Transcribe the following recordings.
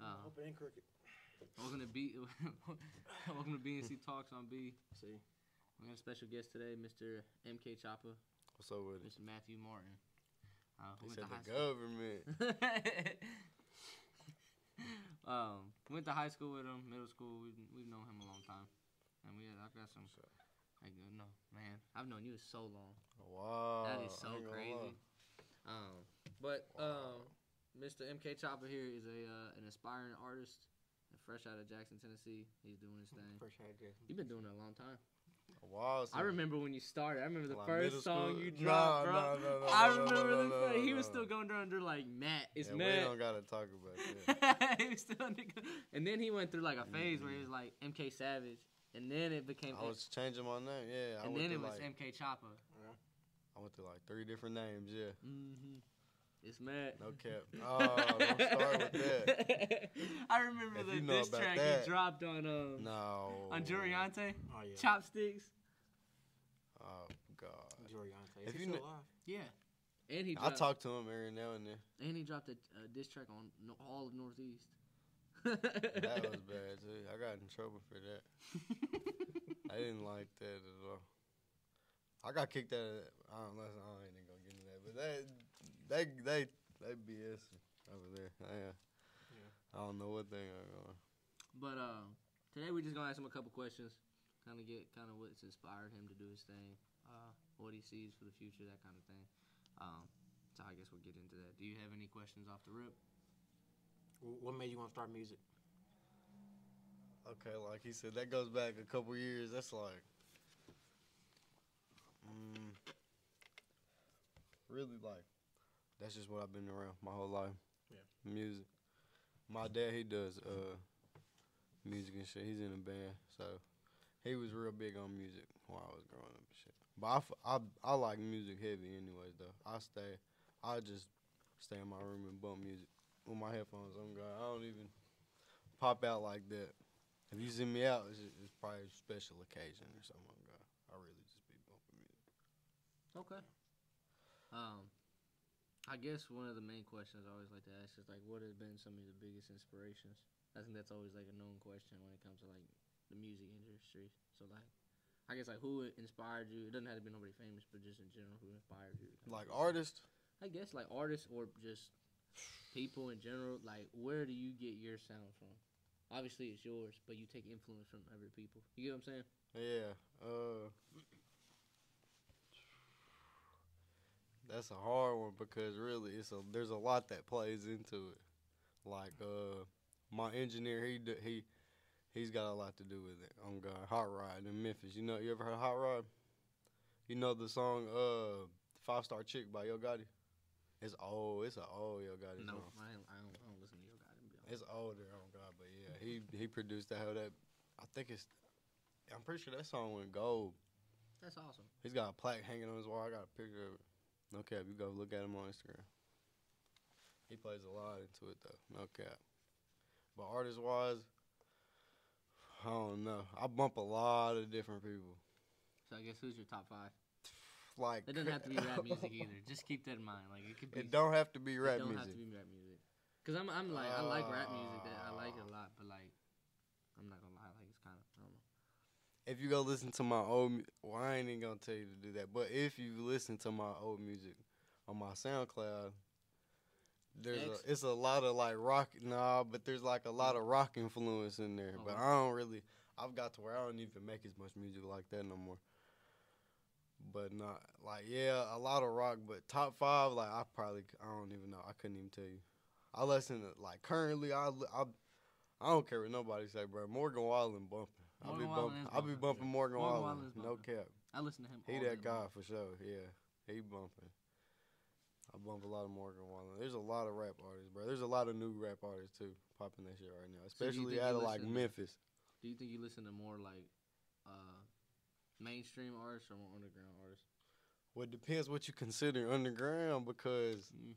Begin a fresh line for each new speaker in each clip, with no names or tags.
Uh-huh.
Van Cricket.
Uh, Welcome to B. welcome to BNC Talks on B. See, we have a special guest today, Mr. M.K. Choppa,
What's up with it?
Mr. Matthew Martin. Uh,
They
who
said the
went to
government.
high school. um, went to high school with him, middle school. We've, we've known him a long time, and we I got some.
So-
I go, no, man, I've known you so long.
Wow.
That is
Uh, I
so
ain't gonna
crazy.
lie.
Um, but
Wow.
um, Mr. MK Chopper here is a uh, an aspiring artist, fresh out of Jackson, Tennessee. He's doing his thing.
First hand dress.
You've been doing it a long time.
A while
I remember when you started. I remember the
Like middle
first song
school?
you
No,
dropped, bro.
no, no, no,
I
no, no,
remember the
no, no,
first-
no,
he was
no.
still going down under like Matt. It's
And we don't
Matt.
gotta talk about that.
he was still a nigga. And then he went through like a phase where he was like MK Savage, and then it became
I was changing my name. Yeah, I
and
went
then
through
it was
like
MK Chopper.
I went through like three different names. Yeah,
Mm-hmm. It's Matt.
no cap. Oh, don't start with that.
I remember
If
the
you know
diss
about
track
that.
he dropped on um
No.
on Juriante,
Oh yeah.
Chopsticks.
Oh God.
Joriante.
If
Is he
you
still
kn-
alive?
Yeah. And he
I
dropped,
talk to him every now and then.
and he dropped a, a diss track on no, all of Northeast.
That was bad too. I got in trouble for that. I didn't like that at all. I got kicked out of that. I don't listen, I ain't even gonna get into that. But that they they they BS over there. I, uh, I don't know what they are going.
But uh, today we're just gonna ask him a couple questions, kind of get kind of what's inspired him to do his thing, uh, what he sees for the future, that kind of thing. Um, so I guess we'll get into that. Do you have any questions off the rip?
Wh- What made you want to start music?
Okay, like he said, that goes back a couple years. That's like, mm, really like, that's just what I've been around my whole life.
Yeah.
Music. My dad, he does uh, music and shit. He's in a band, so he was real big on music while I was growing up and shit. But I, f- I- I like music heavy, anyways. Though I stay, I just stay in my room and bump music with my headphones on. God, I don't even pop out like that. If you send me out, it's, it's probably a special occasion or something. Like that. I really just be bumping music.
Okay. Um, I guess one of the main questions I always like to ask is like, what has been some of your biggest inspirations? I think that's always like a known question when it comes to like the music industry. So like, I guess like who inspired you? It doesn't have to be nobody famous, but just in general, who inspired you?
Like artists,
I guess like artists or just people in general. Like, where do you get your sound from? Obviously, it's yours, but you take influence from other people. You get what I'm saying?
yeah. Uh, that's a hard one because really, it's a there's a lot that plays into it. Like uh, my engineer, he d- he he's got a lot to do with it. On God, Hot Rod in Memphis. You know, you ever heard of Hot Rod? You know the song uh, Five Star Chick by Yo Gotti. It's old. It's an old Yo Gotti
No,
song.
I don't. I don't, I don't listen to your guy. To be honest.
It's older, oh god, but yeah, he he produced that. How that? I think it's. I'm pretty sure that song went gold.
That's awesome.
He's got a plaque hanging on his wall. I got a picture of it. No cap, you go look at him on Instagram. He plays a lot into it though. No cap. But artist wise, I don't know. I bump a lot of different people.
So I guess who's your top five?
Like
It doesn't have to be rap music either. Just keep that in mind. Like it could be.
it don't have to be
it
rap
don't
music.
have to be rap music. Cause I'm I'm like I like rap music. That I like it
Ah.
a lot, but like I'm not gonna lie. Like it's kind of I don't know.
if you go listen to my old, mu- well, I ain't even gonna tell you to do that. But if you listen to my old music on my SoundCloud, there's
X?
a, it's a lot of like rock. Nah, but there's like a lot of rock influence in there. But
Oh.
I don't really. I've got to where I don't even make as much music like that no more. But not like yeah, a lot of rock. But top five, like I probably c- I don't even know. I couldn't even tell you. I listen to like currently. I li- I, I don't care what nobody say, bro. Morgan Wallen bumping. I'll be
Morgan Wallen
bumping.
is
I'll be
bumping.
bumping Morgan,
Morgan
Wallen.
Wallen is
No
bumping.
cap.
I listen to him.
He
all
that
day
guy
long.
for sure. Yeah, he bumping. I bump a lot of Morgan Wallen. There's a lot of rap artists, bro. There's a lot of new rap artists too popping that shit right now,
do you
especially
think
out
you
of like
listen-
Memphis.
Do you think you listen to more like uh, mainstream artists or more underground artists?
Well, it depends what you consider underground because,
Mm.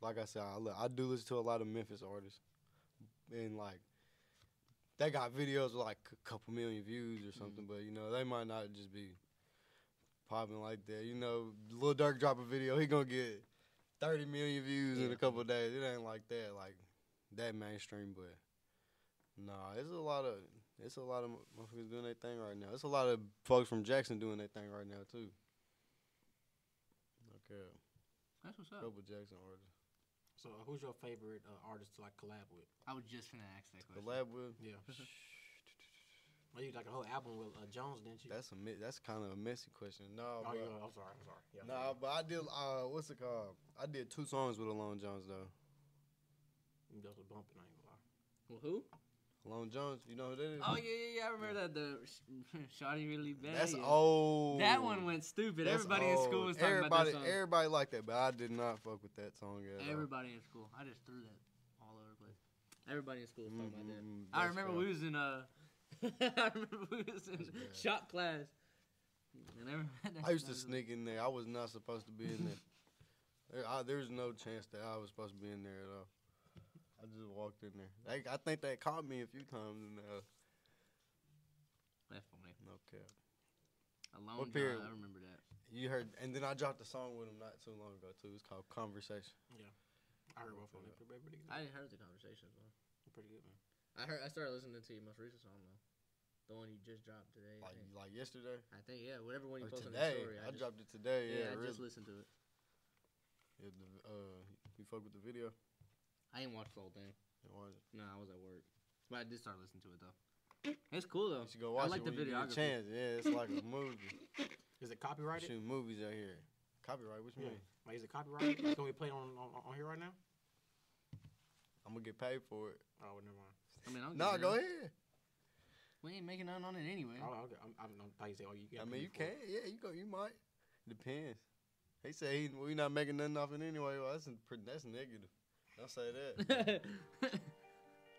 like I said, I, li- I do listen to a lot of Memphis artists, and like they got videos with like a couple million views or something. But you know, they might not just be popping like that. You know, Lil Durk drop a video, he gonna get thirty million views in
Yeah.
a couple days. It ain't like that. Like that mainstream, but nah, it's a lot of it's a lot of motherfuckers doing their thing right now. It's a lot of folks from Jackson doing their thing right now too. Okay,
That's what's up.
couple Jackson artists.
So uh, who's your favorite uh, artist to like collab with?
I was just gonna ask that question.
Collab with
Yeah. Well, you did, like a whole album with uh, Jones, didn't you?
that's a mi- that's kind of a messy question. No,
oh,
bro.
yeah, I'm sorry, I'm sorry. Yeah,
nah, but I did uh, what's it called? I did two songs with Alone Jones though.
That was bumping. I ain't gonna lie.
Well, who?
Alone Jones, you know who that is?
Oh yeah, yeah, yeah. I remember that the sh- Shawty really bad.
That's
Yeah.
old.
That one went stupid.
That's
everybody in school
old.
was talking
everybody,
about that song.
Everybody liked that, but I did not fuck with that song at all.
Everybody in school. I just threw that all over the place. Everybody in school was talking about that.
Mm,
I
that's
remember
fair.
we was in uh, I remember we was in
That's bad.
shop class. And every,
I used to sneak in there. I was not supposed to be in there. there. I, there's no chance that I was supposed to be in there at all. I just walked in there. Like, I think they caught me a few times in there.
That's funny.
Okay.
A long time.
What period?
I remember that.
You heard, and then I dropped a song with him not too long ago too. It's called Conversation.
I heard one from it. Pretty, pretty good.
I didn't heard the conversation. Bro.
pretty good, man.
I heard. I started listening to your most recent song though, the one you just dropped today. I,
Like,
think.
like yesterday
I think yeah, whatever one you
or
posted on the
today.
story.
I,
just,
dropped it today.
Yeah,
Yeah,
I
really.
just listened to it.
Yeah, the, uh, you fuck with the video.
I didn't watch the whole thing.
You want it?
No, I was at work. But I did start listening to it though. It's cool though.
You should go
I
watch
like
it
the
when you get
videography.
a chance. Yeah, it's like a movie.
Is it copyrighted?
Shoot movies out here. Copyright, what
Yeah.
you mean?
Like, is it copyrighted? Like, can we play it on, on on here right now?
I'm gonna get paid for it.
Oh, well, never mind.
I mean, I don't
Nah,
give a
go
damn.
ahead.
We ain't making nothing on it anyway.
Oh, okay. I'm, I'm, I'm thought you said, oh, you.
Mm-hmm. I
gotta
mean,
pay for
you can.
it.
Yeah, you go. You might. Depends. They say he, we not making nothing off it anyway. Well, that's pr- that's negative. Don't say that.
I'm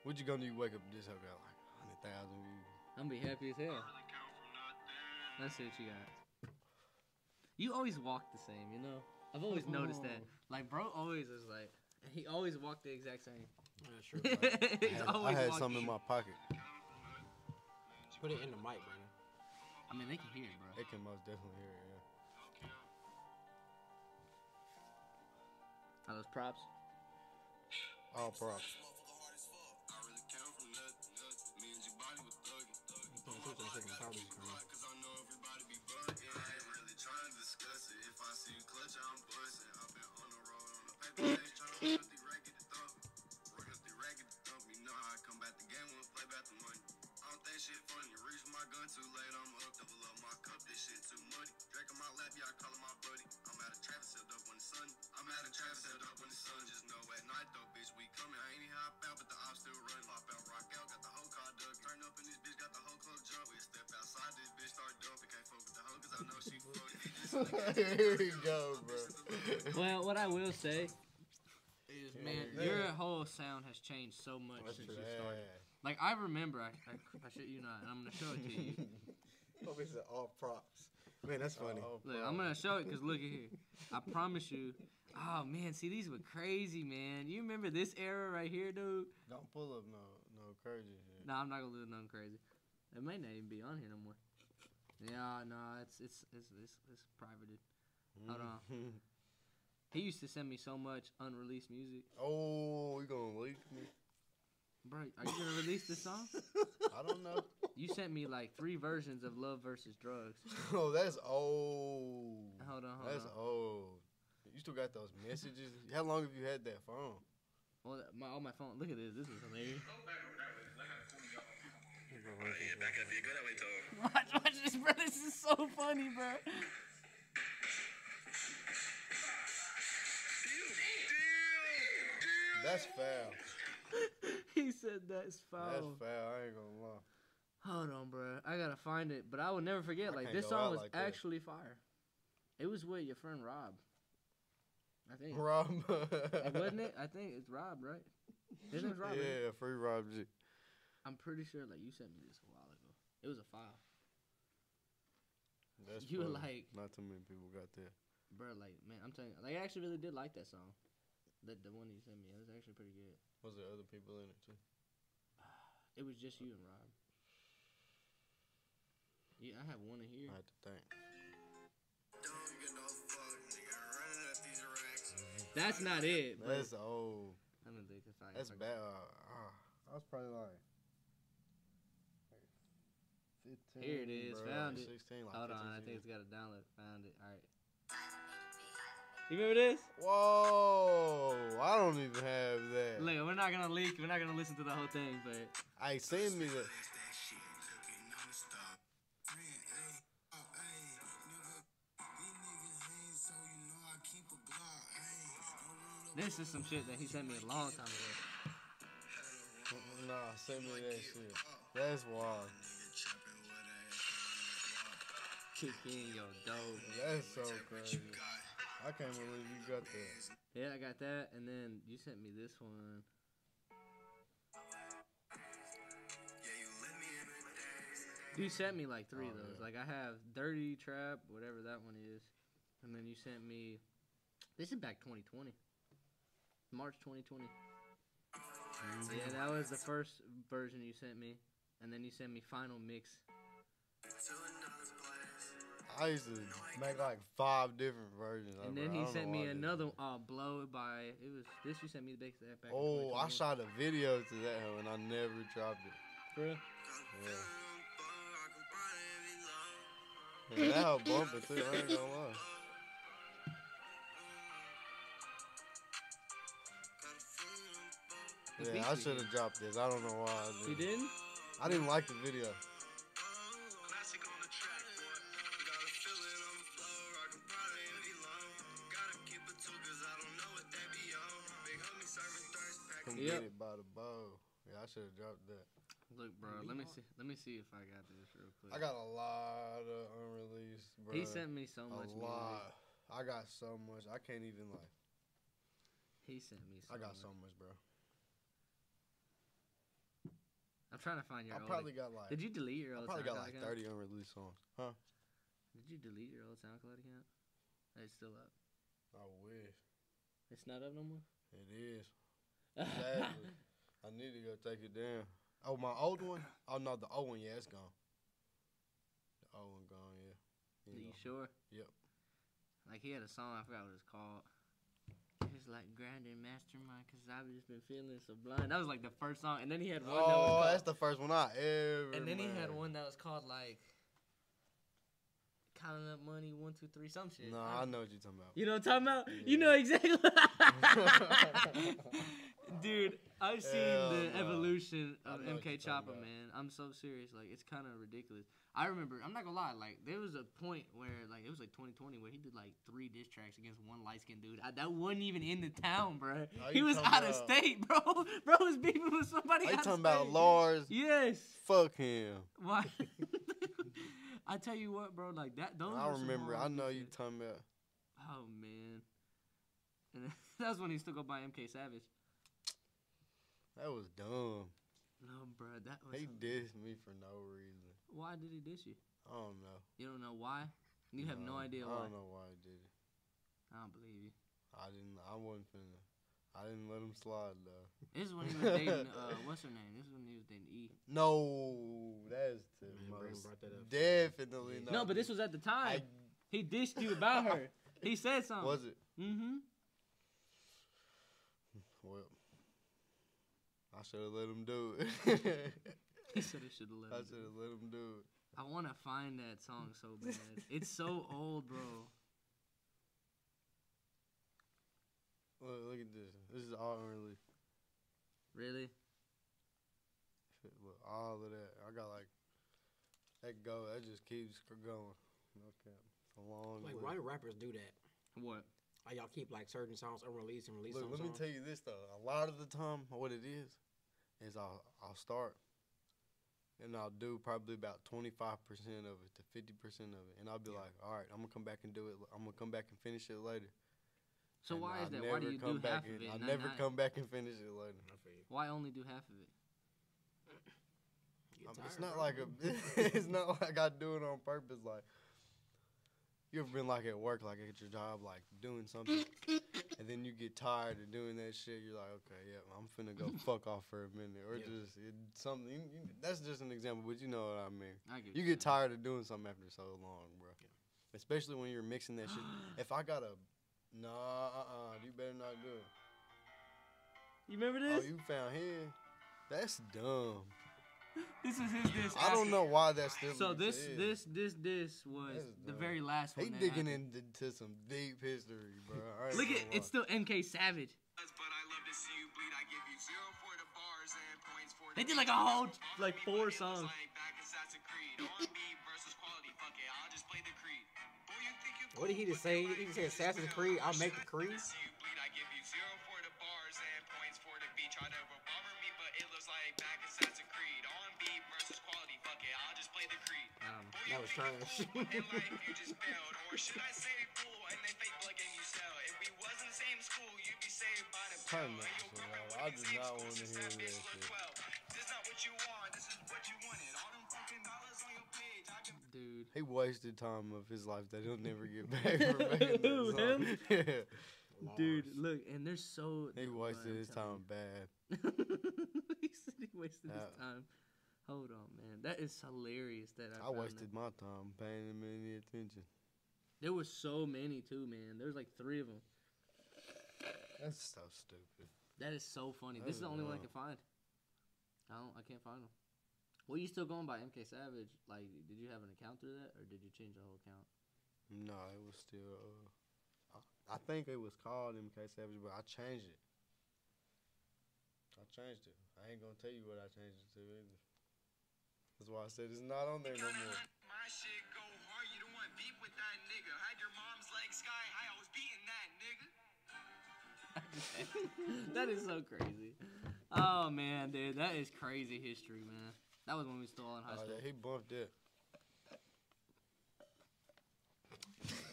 what you gonna do? You wake up this whole got like hundred thousand views.
be happy as hell. Let's see what you got. You always walk the same, you know. I've always noticed that. Like, bro, always is like. He always walked the exact same.
Yeah, sure. bro.
He's
I had, I
always
had
walked-
something in my pocket.
Put it in the mic, man.
I mean, they can hear it, bro.
It can most definitely hear it. Yeah.
Are those props?
All props.
You can't switch that shit in the car, you can.
Here we go, bro.
Well, what I will say is, man,
Yeah.
your whole sound has changed so much
That's
since
bad.
you started. Like, I remember, I, I, I shit you not, and I'm gonna show it to you.
Oh, it's all props. Man, that's
All
Look, I'm gonna
props.
show it because look at here. I promise you. Oh man, see these were crazy, man. You remember this era right here, dude?
Don't pull up no no crazy shit.
Nah, I'm not gonna do nothing crazy. It may not even be on here no more. Yeah, no, it's it's it's it's, it's privated. hold on. He used to send me so much unreleased music.
oh, you gonna leak me?
Bro, are you gonna release this song?
I don't know.
You sent me like three versions of Love versus Drugs.
Oh, that's old.
Hold on, hold
That's
on.
old. You still got those messages? How long have you had that phone?
Well, that- my, oh, my phone. Look at this. This is hilarious. Watch, watch this, bro. This is so funny, bro.
That's foul.
he said that's foul.
That's foul. I ain't gonna lie.
Hold on, bro. I gotta find it, but I will never forget.
I
like
can't
this
go
song
out
was
like that.
actually fire. It was with your friend Rob. I think.
Rob.
Like, wasn't it? I think it's Rob, right? His name's Rob. isn't it?
Yeah, free Rob G.
I'm pretty sure. Like you sent me this a while ago. It was a file,
That's
You were
funny.
like-
Not too many people got that.
bro. Like man, I'm telling you. Like I actually really did like that song. The the one you sent me. It was actually pretty good.
Was there other people in it too?
It was just you and Rob. Yeah, I have one in here.
I had to think.
That's not it. But
That's old.
I I don't think if I.
That's
if I-
bad. Uh, uh, I was probably like. like 15,
Here it is,
bro,
found
like
it.
16, like
Hold
15,
on, I think it's
16.
got a download. Found it. All right. You remember this?
Whoa! I don't even have that.
Look, we're not gonna leak. We're not gonna listen to the whole thing, but
I send me the.
this is some shit that he sent me a long time ago.
Nah, send me that shit. That's wild.
Kick in your dough.
That's so crazy. I can't believe you got that.
Yeah, I got that, and then you sent me this one. You sent me like three of
Oh,
those.
yeah.
Like I have Dirty Trap, whatever that one is, and then you sent me. This is back 2020, March 2020. Yeah, that was the first version you sent me, and then you sent me Final Mix.
I used to make like five different versions. of
And
it.
then
I
he
don't
sent
know why
me
I did
another
that.
uh, blow by it was this you sent me the back that back. in
Oh,
2021.
I shot a video to that hoe and I never dropped it.
Bruh.
Yeah. Yeah, that hoe bumping too. I ain't gonna lie.
The
Yeah,
beats
I
we
should
did.
have dropped this. I don't know why I
You
did.
didn't?
I didn't like the video. Completed by the bow. Yeah, I should have dropped that.
Look, bro. Let me see. Let me see if I got this real quick.
I got a lot of unreleased, bro.
He sent me so
a
much music.
lot. I got so much. I can't even like.
He sent me. So
I got
much.
so much, bro.
I'm trying to find your
I
old.
probably got like.
Did you delete your
I
old?
probably
SoundCloud
got like
account?
30 unreleased songs. Huh?
Did you delete your old SoundCloud account? It's still up.
I wish.
It's not up no more.
It is. Exactly. I need to go take it down. Oh, my old one? Oh, no, the old one, yeah, it's gone. The old one gone, yeah.
Are
You
you
know.
sure?
Yep.
Like he had a song. I forgot what it's called. It's like grinding mastermind because I've just been feeling so blind. That was like the first song, and then he had one. that was
Oh,
called-
that's the first one I ever.
And then he had
made.
one that was called like counting up money one two three some shit.
No,
I
I
don't-
know what you're talking about.
You know what I'm talking about? You
Yeah.
know exactly. Dude, I've seen
Hell
the
no.
evolution
I
of
know what you're
MK
talking
Choppa,
about.
man. I'm so serious. Like, it's kind of ridiculous. I remember, I'm not gonna lie, like, there was a point where, like, it was like 2020 where he did like three diss tracks against one light skinned dude. I, that wasn't even in the town, bro.
Are
He
you
was
talking
out of
about-
state, bro. Bro was beefing with somebody.
Are Oh, you
out of
talking about
state.
Lars?
Yes.
Fuck him.
Why? I tell you what, bro. Like that. Those.
I
were some
remember. I
hard
know you
pieces.
talking about.
oh man. And that's when he still go by MK Savage.
That was dumb.
No, bro. That was.
He
some-
dissed me for no reason.
Why did he diss you?
I don't know.
You don't know why. You have no idea
I
why.
don't know why he did it.
I don't believe you.
I didn't. I wasn't finna. I didn't let him slide though.
This is when he was dating. Uh, what's her name? This is when he was dating E.
No, that's the
Man, Brandon
most
brought that up. Yeah.
definitely not.
No, but this was at the time.
I,
he dissed you about her. He said something.
was it?
Mm-hmm.
Well, I should have let him do it. I should
He said he should have left.
have let him do it.
I want to find that song so bad. it's so old, bro.
Look, look at this. This is all early.
Really?
Look, all of that. I got like that go. That just keeps going. Okay, it's a long.
Like,
list.
why do rappers do that?
What?
Like, y'all keep like certain songs unreleased and release
Look,
some
let me
songs.
tell you this though. A lot of the time, what it is, is I'll I'll start, and I'll do probably about twenty five percent of it to fifty percent of it, and I'll be
Yeah.
like, all right, I'm gonna come back and do it. l- I'm gonna come back and finish it later.
So
And
why
I
is that? Why do
never
you do
come
half
back
of
and-
it?
I
and not-
never
not-
come back and finish it later.
I feel you.
Why only do half of it?
You get
Um, it's
tired,
not
bro.
like a. it's not like I do it on purpose. Like you ever been like at work, like at your job, like doing something, and then you get tired of doing that shit. You're like, okay, yeah, I'm finna go fuck off for a minute, or
Yeah.
just it, something. you- you- that's just an example, but you know what I mean.
I get
You get tired of doing something after so long, bro.
Yeah.
Especially when you're mixing that shit. If I got a, nah, uh, uh you better not do it.
You remember
Oh,
this?
you found him? That's dumb.
This was his disc.
I don't
after-
know why that's still.
So
in
this
his head.
this this this was
That's
the
dumb.
very last one.
He
that
digging
happened.
into some deep history, bro. I ain't
Look
gonna
at it's
lie.
still MK Savage.
But I love to see you bleed. I give you zero for the bars and points for
They
the
did like a
beat.
whole
Fuck
like
me,
four
but it was
songs.
like back in Assassin's Creed. On beat versus quality. Fuck it, I'll just play the Creed. Boy, you think you
What did he
cool,
just
but
say?
nobody
He just said
sees you.
Assassin's Creed, I'll make the Creed?
See you bleed, I give you zero for the bars and points for the beat. Try to revolver me, but it looks like back in Assassin's Creed. On beat versus quality. Fuck it, I'll just play the Creed.
I don't know.
Boy,
That
you
was
think you
trash.
cool, but in life you just failed. Or should I say cool and they fake blood game you sell? If we was in the same school, you'd be saved by the
Turn
bell.
that
And your
shit
girlfriend
off.
would
I
be
do
safe
not
school
wanna
since
hear
that
that
bitch was
shit.
12. This not what you want, this is what you wanted. All them fucking dollars on your page, I've been
Dude.
He wasted time of his life that he'll never get back from making
Who,
that song. Yeah.
Dude, look, and they're so.
He
bro,
wasted
I'm
his
telling you.
time bad.
he said he wasted his
Yeah.
time. Hold on, man. That is hilarious. That I, found
I
that.
wasted my time paying him any attention.
There was so many too, man. There was like three of them.
That's so stupid.
That is so funny.
That
this is
is
the only one I
wild.
can find. I don't. I can't find them. Well, you still going by MK Savage? Like, did you have an account through that, or did you change the whole account?
No, it was still. Uh, I, I think it was called MK Savage, but I changed it. I changed it. I ain't gonna tell you what I changed it to either. That's why I said it's not on there no
kinda
more.
let my shit go hard. You don't want beef with that nigga. Had your mom's legs sky high, I was beating that nigga.
that is so crazy. Oh man, dude, that is crazy history, man. That was when we was still all in high
Oh,
school.
yeah, he bumped it.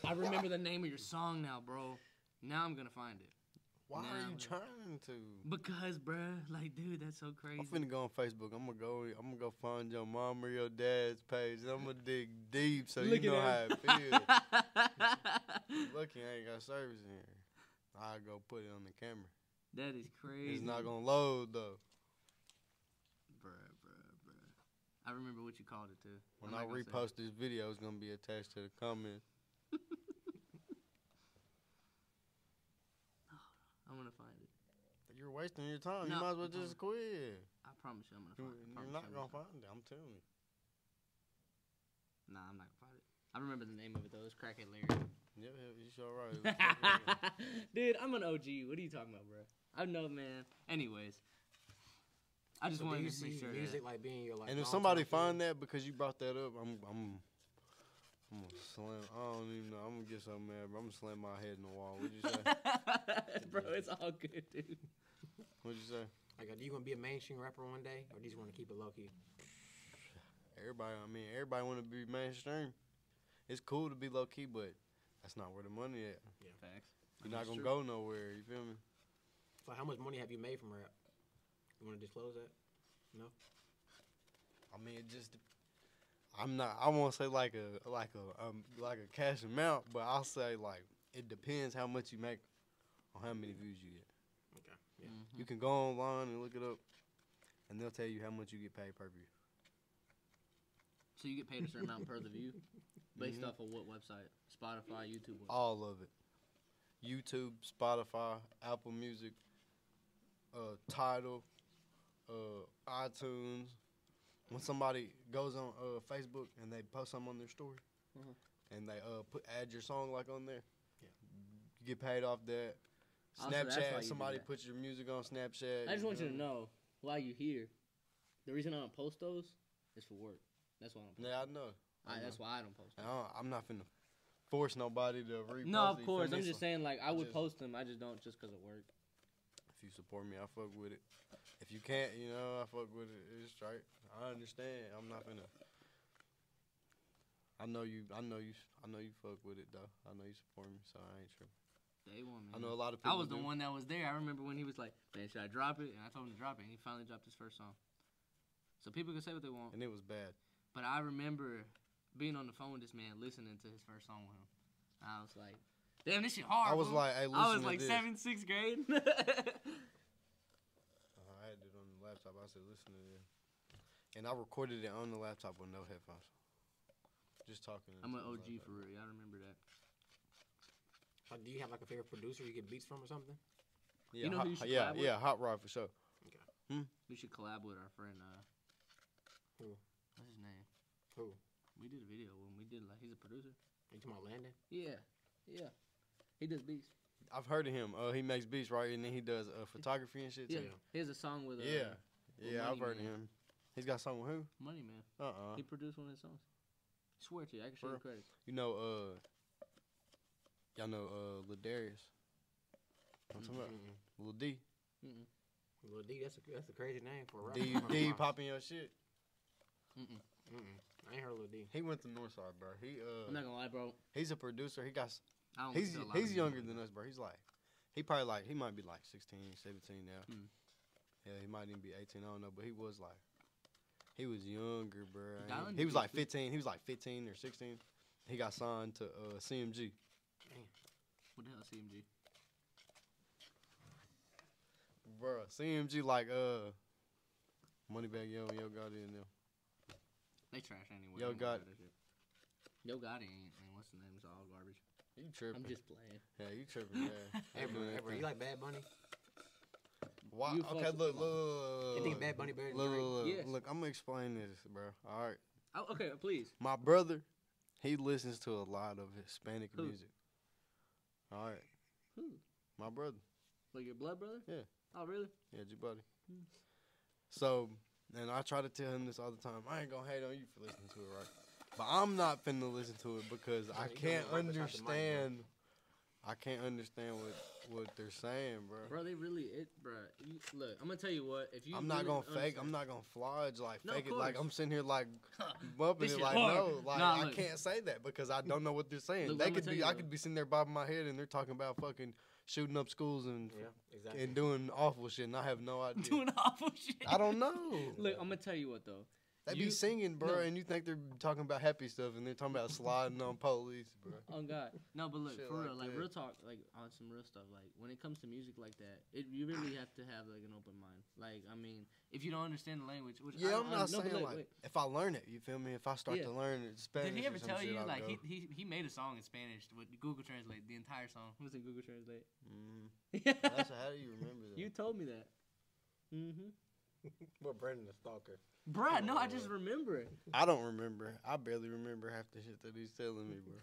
I remember the name of your song now, bro. Now I'm gonna find it
Why are
Nah,
you
but-
trying to?
because, bruh, like, dude, that's so crazy.
I'm finna go on Facebook. I'm gonna go. I'm gonna go find your mom or your dad's page. And I'm gonna dig deep so
Look
you know how
at
it feels.
that
Lucky I ain't got service in here. I go put it on the camera.
is crazy.
It's not gonna load though.
Bruh, bruh, bruh. I remember what you called it too.
When
I'm
I
not gonna say it.
repost this video, it's gonna be attached to the comment.
I'm gonna find it.
You're wasting your time.
No,
you might as well
I'm
just quit.
I promise you, I'm gonna
You-
find it. I promise
You're
you
not
I'm
gonna
find
find it. I'm telling you.
it. Nah, I'm not gonna find it. I remember the name of it though. It's Crackhead Larry.
Yeah, yeah, you sure right. It was fucking-
Dude, I'm an OG. What are you talking about, bruh? I know, man. Anyways, I just
So do
wanted
you
to
see
make sure.
music
that-
like being your like.
and
long-term
if somebody
thing?
find that because you brought that up, I'm I'm I'm gonna slam. I don't even know. I'm gonna get so mad, but I'm gonna slam my head in the wall. What'd you say?
Bro, it's all good, dude.
What'd you say?
like, are you gonna be a mainstream rapper one day, or do you just want to keep it low key?
Everybody, I mean, everybody want to be mainstream. It's cool to be low key, but that's not where the money at.
Facts.
You're not
That's
gonna
true.
go nowhere. You feel me?
So how much money have you made from rap? You want to disclose that?
I mean, it just. I'm not. I won't say like a like a um like a cash amount, but I'll say like it depends how much you make on how many views you get.
Okay. Yeah.
Mm-hmm.
You can go online and look it up, and they'll tell you how much you get paid per view.
So you get paid a certain amount per the view, based
Mhm.
off of what website? Spotify, YouTube. what?
All of it. YouTube, Spotify, Apple Music, uh, Tidal, uh, iTunes. When somebody goes on uh, Facebook and they post something on their story,
Mhm.
and they uh, put add your song like on there,
Yeah.
you get paid off that.
Oh, so that's why you
Snapchat,
do
somebody
that.
puts your music on Snapchat. uh,
I just want you to know why you here. The reason I don't post those is for work. That's why I don't. Post.
Yeah, I know.
I,
I
that's why I don't post.
I
Them.
don't, Oh, I'm not finna force nobody to repost.
No,
it,
of
you
course.
feel me?
I'm just
So-
saying like I
I
would
just-
post them. I just don't just because of work.
If you support me, I fuck with it. If you can't, you know, I fuck with it. It's right. I understand. I'm not gonna. I know you. I know you. I know you fuck with it though. I know you support me, so I ain't tripping.
Day one, man.
I know a lot of
I
people.
was the
do.
one that was there. I remember when he was like, "Man, should I drop it?" And I told him to drop it, and he finally dropped his first song. So people can say what they want,
and it was bad.
but I remember being on the phone with this man, listening to his first song with him. And I was like, "Damn, this shit hard."
I was
bro."
like, hey, listen
I was
to
like
this.
seventh, sixth grade.
Uh, I had it on the laptop. I said, listen to this, and I recorded it on the laptop with no headphones, just talking.
I'm
into
an
the
OG
laptop.
for real. I remember that.
Like, do you have like a favorite producer you get beats from or something?
Yeah,
know who
hot,
you should
yeah,
collab with?
yeah, Hot Rod for sure.
We should collab with our friend. Uh,
Who?
What's his name?
Who?
We did a video when we did like he's a producer.
You talking about Landon?
Yeah, yeah. He does beats.
I've heard of him. Uh, he makes beats, right? And then he does uh, photography and shit
Yeah.
too.
him.
He has a song with uh,
Yeah,
Well,
yeah, I've
Money
heard of
Man.
him. He's got something with who?
Money Man.
Uh uh
He produced one of his songs. swear to you, I can show
For
you
real?
credits.
You know, uh, y'all know uh, Ladarius. I'm talking about
Mm-mm.
Lil D.
Mm-mm.
Lil D, that's a that's a crazy name for a rapper.
D,
I'm not
D
gonna lie.
popping your shit.
Mm-mm.
Mm-mm. I ain't heard of Lil D.
He went to Northside, bro. He
I'm
uh,
not gonna lie, bro.
he's a producer. He got s-
I don't
he's
listen to a lot of
he's
music
younger
like
than
that.
us, bro. He's like, he probably like he might be like 16, 17 now.
Hmm.
Yeah, he might even be 18. I don't know, but he was like, he was younger, bro.
Diamond
He was like
Dicks, dude.
15. He was like 15 or 16. He got signed to uh, CMG.
What the hell, CMG?
Bro, CMG like uh, Moneybag Yo and Yo Gotti and them.
They trash anyway.
Yo
I'm not
Gotti.
good at shit. Yo Gotti ain't. Man, what's the name? It's all garbage.
You tripping?
I'm just playing.
yeah, you tripping? Yeah.
Hey, bro, hey, bro, you like Bad Bunny?
Why?
you
okay,
fucking-
look, look, look.
You
look,
think
look,
Bad Bunny better than
Look,
Drake?
look, look,
Yes.
look, I'm gonna explain this, bro. All right,
Oh, okay, please.
my brother, he listens to a lot of Hispanic
Who?
music. All right,
Who?
my brother,
Like your blood brother?
Yeah.
Oh, really?
yeah, your buddy.
Hmm.
So, and I try to tell him this all the time. I ain't gonna hate on you for listening to it, right? But I'm not finna listen to it because I
Bro, you
can't
gotta work beside the mic, bro.
understand. I can't understand what what they're saying, bro.
Bro, they really it, bro. You, look, I'm gonna tell you what. If you,
I'm not
really
gonna fake.
understand-
I'm not gonna flodge like
No, of
fake it. Like
course.
I'm sitting here like bumping
This
it
shit
like
hard.
no, like
Nah,
I
look.
can't say that because I don't know what they're saying.
Look,
they
I'ma
could
tell
be,
you
I
though.
could be sitting there bobbing my head and they're talking about fucking shooting up schools and
Yeah, exactly.
and doing awful shit, and I have no idea.
doing awful shit.
I don't know.
Look, I'm gonna tell you what though.
they be
you-
singing, bro,
no.
and you think they're talking about happy stuff, and they're talking about sliding on police, bro.
Oh God, no, but look
Shit
for
like
real, like
that.
real talk, like on some real stuff. Like when it comes to music like that, it you really have to have like an open mind. Like I mean, if you don't understand the language, which I,
Yeah, I'm
I-
not
no, but
saying
look,
like
wait.
if I learn it, you feel me? If I start
Yeah.
to learn it, Spanish.
Did he
or
ever
some
tell
shit,
you
I'll
like
go.
he, he he made a song in Spanish with Google Translate the entire song? It was in Google Translate.
Mm,
Yeah,
that's how do you remember that?
you told me that. Mm-hmm.
Well, Brandon the Stalker.
Bruh, no, I just remember it.
I don't remember. I barely remember half the shit that he's telling me, bro.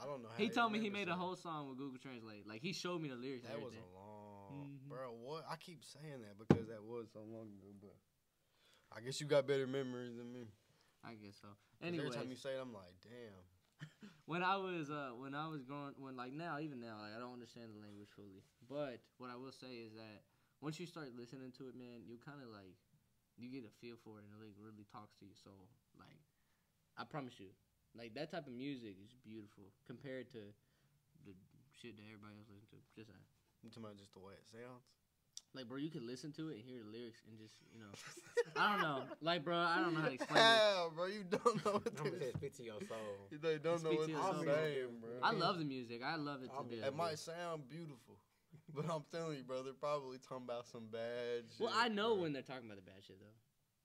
I don't know. How
He told me he made a
remembers that.
whole song with Google Translate. Like he showed me the lyrics. and
That was
everything.
a long,
Mhm.
bro. What I keep saying that because that was so long ago, but I guess you got better memories than me.
I guess so.
'Cause
Anyway,
every time you say it, I'm like, damn.
when I was uh when I was growing when like now even now like, I don't understand the language fully. But what I will say is that once you start listening to it, man, you kind of like you get a feel for it and it like really talks to your soul. Like I promise you, like that type of music is beautiful compared to the shit that everybody else listens to. Just saying.
You talking about just the way it sounds?
Like, bro, you can listen to it and hear the lyrics and just, you know, I don't know. Like, bro, I don't know how to explain it.
How, bro? You don't know what
I'm gonna say it
this.
spit to your soul.
They don't know
Speak
what
to
they're
yourself.
saying, bro.
I love the music. I love it to
I'll be-
bits.
It might sound beautiful, but I'm telling you, bro, they're probably talking about some bad. shit.
Well, I know
bro.
when they're talking about the bad shit though.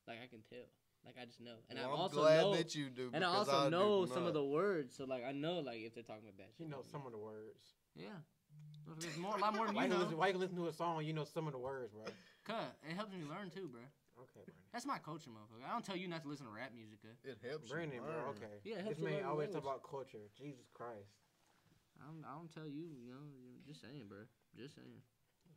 Like I can tell. Like I just know, and I
Well, I'm
also
glad
know,
that you do.
and I
because
also
do
know some
not.
of the words. So like I know like if they're talking about bad
You
shit.
know
then-
some of the words.
Yeah. Look, There's more, a lot more than
Why
you know.
you, listen, why you listen to a song and you know some of the words, bro?
Cut. It helps me learn too, bro.
Okay, Brandon.
That's my culture, motherfucker. I don't tell you not to listen to rap music. Cut.
It helps. you
Brandon, bro,
learn.
okay.
Yeah, it helps
this
you learn the
man always
language.
talk about culture. Jesus Christ.
I don't, I don't tell you. You know, you- just saying, bro. Just saying.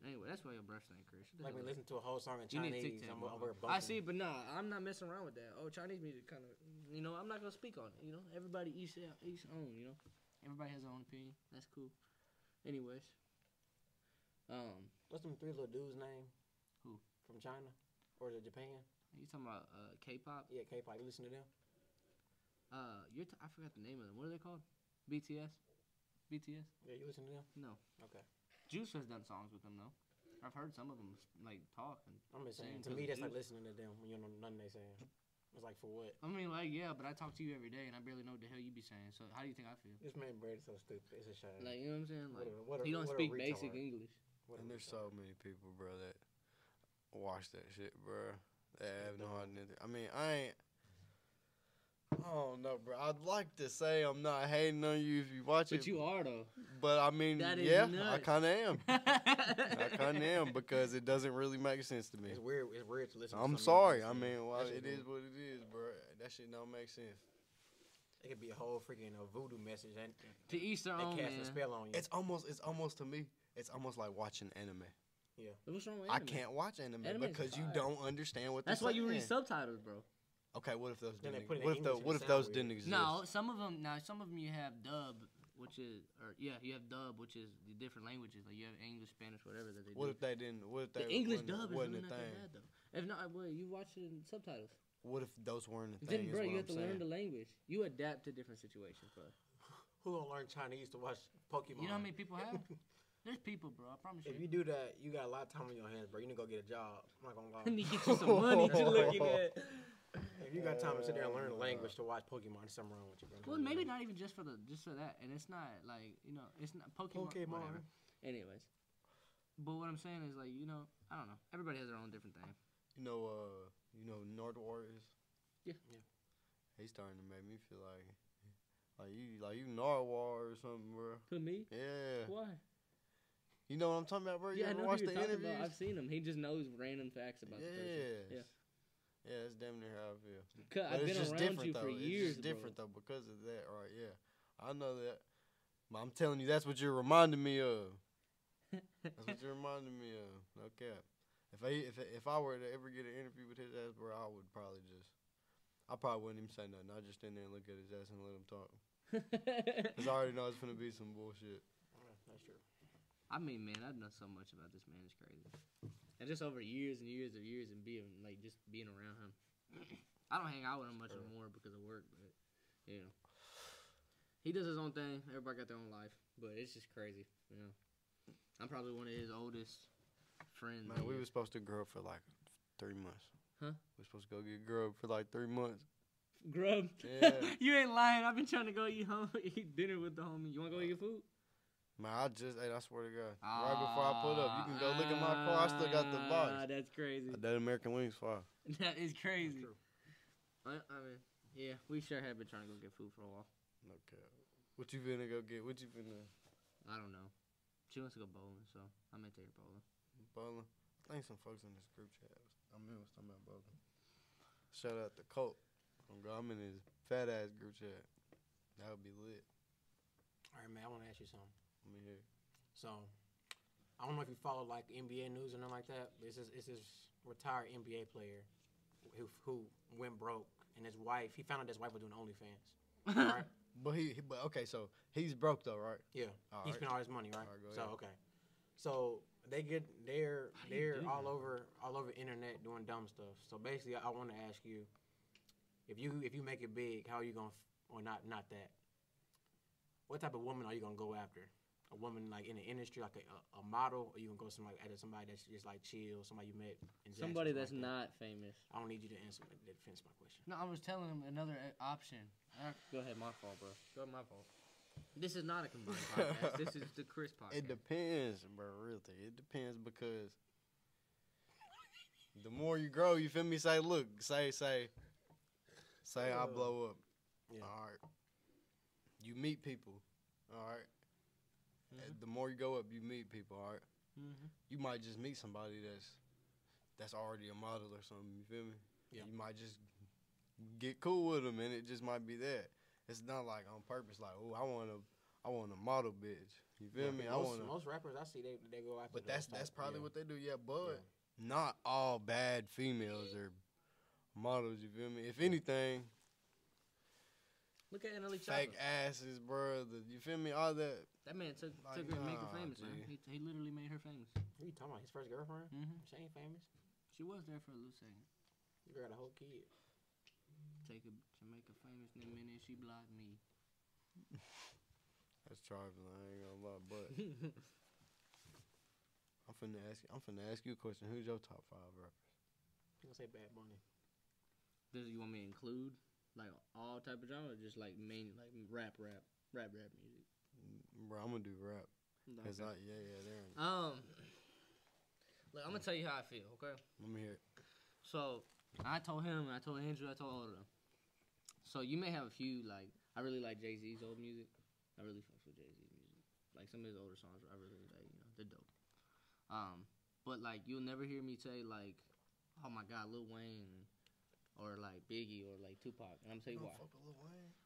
Anyway, that's why your brush thing, Chris. Shut the
Like
hell up.
we listen to a whole song in
You need
Chinese.
TikTok,
I'm
bro.
over
I see, but nah, I'm not messing around with that. Oh, Chinese music kind of, you know, I'm not gonna speak on it. You know, everybody each their- each own. You know, everybody has their own opinion. That's cool. Anyways, um,
What's them three little dudes' name?
Who?
From China or is it Japan?
you talking about uh, K-pop?
Yeah, K-pop. You listen to them?
Uh, you're t- I forgot the name of them. What are they called? BTS. BTS.
Yeah, you listen to them.
No.
Okay.
Juice has done songs with them though. I've heard some of them like talk. And,
I'm just
Same
saying.
to
To me,
the
that's like
dudes.
listening to them when you don't know nothing they saying. It's like for what?
I mean, like, yeah, but I talk to you every day, and I barely know what the hell you be saying. So how do you think I feel?
This man Brandon's so stupid. It's a shame.
Like, you know what I'm saying?
What
Like,
a- what a-
he don't
what a
speak basic
retard.
English.
What a
And there's
retard.
so many people, bro, that watch that shit, bro. That have no idea. I mean, I ain't. I don't know, bro. I'd like to say I'm not hating on you if you watch
But
it,
you are though.
but I mean,
That is
yeah, I
nuts.
kind of am. I
I
kind of am because it doesn't really make sense to me.
It's weird. It's weird to listen. to
I'm
some
sorry.
music
I
and
mean, well,
that shit
it
be-
is what it is, bro. That shit don't make sense.
It could be a whole freaking uh, voodoo message, and
To each their own,
they cast
Oh, man.
a spell on you.
It's almost, it's almost to me, it's almost like watching anime.
What's wrong with
I
anime?
can't watch anime
Anime's
because you
fire.
don't understand what.
That's
they're
why you read
saying.
subtitles, bro.
Okay, what if those
Then they
didn't?
put it in
What if, the,
English and
what
it
if those
sound
didn't exist?
No, some of them. Now, some of them you have dub, which is, or yeah, you have dub, which is the different languages. Like you have English, Spanish, whatever that they do.
What if they didn't? What if they
the English
wasn't-
dub is
wasn't
really
a
not
thing?
that bad though. If not, well, you watch it in subtitles.
What if those weren't a thing?
Then,
is
bro, you
what I'm
have to
saying.
learn the language. You adapt to different situations, bro.
Who gonna learn Chinese to watch
You
Pokemon?
know how many people have? There's people, bro. I promise
If
you.
you do that, you got a lot of time on your hands, bro. You need to go get a job. I'm not gonna
I
lie.
need to get you some money. you looking at?
if you got time to sit there and
Uh,
learn a language to watch Pokemon, there's something wrong with you, bro.
Well, maybe not even just for the just for that, and it's not like you know, it's not Pokemon.
Pokemon.
Whatever. Anyways, but what I'm saying is like you know, I don't know. Everybody has their own different thing.
You know, uh, you know, Nord Warriors.
Yeah.
Yeah.
He's starting to make me feel like, like you, like you Narwhal or something, bro.
To me,
Yeah.
why?
You know what I'm talking about, bro? You
Yeah, I
ever
know
watch
who
the
you're talking
interviews?
about. I've seen him. He just knows random facts about the person.
Yes.
Yeah.
Yeah, that's damn near how I feel.
Cause
But
I've
it's
been
just
around
different
you
though.
for
it's
years,
just
bro.
different though because of that, right? Yeah, I know that. But I'm telling you, that's what you're reminding me of. That's what you're reminding me of. No cap. If I if if I were to ever get an interview with his ass, bro, I would probably just, I probably wouldn't even say nothing. I'd just stand there and look at his ass and let him talk. Cause I already know it's gonna be some bullshit.
Yeah, That's true.
I mean, man, I've known so much about this man. It's crazy. And just over years and years of years and being like just being around him. I don't hang out with him much
Sure.
anymore because of work, but you know. He does his own thing. Everybody got their own life, but it's just crazy, you know. I'm probably one of his oldest friends.
Man, we
here.
were supposed to grow up for like three months.
Huh?
We were supposed to go get grub for like three months.
grub.
Yeah.
you ain't lying. I've been trying to go eat home, eat dinner with the homie. You want to go eat your food?
Man, I just ate. I swear to God, right before I put up, you can go look at my car. I still got the box.
Ah, That's crazy.
That American Wings fire.
That is
That's
crazy.
true.
I, I mean, yeah, we sure have been trying to go get food for a while.
No cap. What you finna go get? What you finna
I don't know. She wants to go bowling, so I may take her bowling.
bowling? I think some folks in this group chat. was- I mean, was talking about bowling. Shout out to Colt. I'm, go- I'm in his fat ass group chat. That would be lit.
All right, man. I want to ask you something.
I'm in here.
So, I don't know if you follow like NBA news or nothing like that. But it's this, it's this retired NBA player who who went broke, and his wife. He found out his wife was doing OnlyFans. All right.
But he, he- but okay, so he's broke though, right?
Yeah.
All
he
right.
spent all his money, right?
Alright, go
so
ahead.
okay, so they get they're
How do you
they're
do
all
that?
over all over internet doing dumb stuff. So basically, I want to ask you, if you if you make it big, how are you gonna f- or not not that? What type of woman are you gonna go after? A woman like in the industry, like a, a, a model, or you gonna go somebody after somebody that's just like chill, somebody you met. In Jackson,
Somebody
something
that's
like that?
not famous.
I don't need you to answer that defense my question.
No, I was telling him another uh, option. Uh, Go ahead, my fault, bro. Go ahead, my fault. This is not a combined podcast. This is the Chris podcast.
It depends, bro. Really, it depends because the more you grow, you feel me. Say, look, say, say, say,
Uh,
I blow up.
yeah.
All right. You meet people. All right? Uh, The more you go up, you meet people. All right.
mm-hmm.
You might just meet somebody that's that's already a model or something. You feel me?
Yeah.
You might just get cool with them, and it just might be that. It's not like on purpose. Like, oh, I want a, I want a model bitch. You feel me? I
most,
want to.
most rappers I see they they go after.
But
those
that's
type,
that's probably
yeah.
what they do. Yeah, but not all bad females are models. You feel me? If anything,
Look at Annalise
fake
Chopper.
asses, bro. The, you feel me? All that.
That man took,
Like,
took her and made her
nah,
famous, man.
dude.
He, he literally made her famous.
Who you talking about? His first girlfriend?
hmm
She ain't famous.
She was there for a little second.
You got a whole kid.
Take a Jamaica famous in a minute. She blocked me.
That's trifling. I ain't gonna lie, but I'm finna ask. I'm finna ask you a question. Who's your top five rappers?
You gonna say Bad Bunny?
Does you want me to include like all type of genre, or just like main like rap, rap, rap, rap music?
Bro, I'm gonna do rap. Cause
Okay.
I, yeah, yeah, there. ain't-
um, look, I'm gonna tell you how I feel. Okay,
Let me hear. It.
so I told him, I told Andrew, I told all of them. So you may have a few like I really like Jay Z's old music. I really fucks with Jay Z's music. Like some of his older songs, I really like. You know, they're dope. Um, but like you'll never hear me say like, "Oh my God, Lil Wayne," or like Biggie or like Tupac. And I'm gonna tell you why.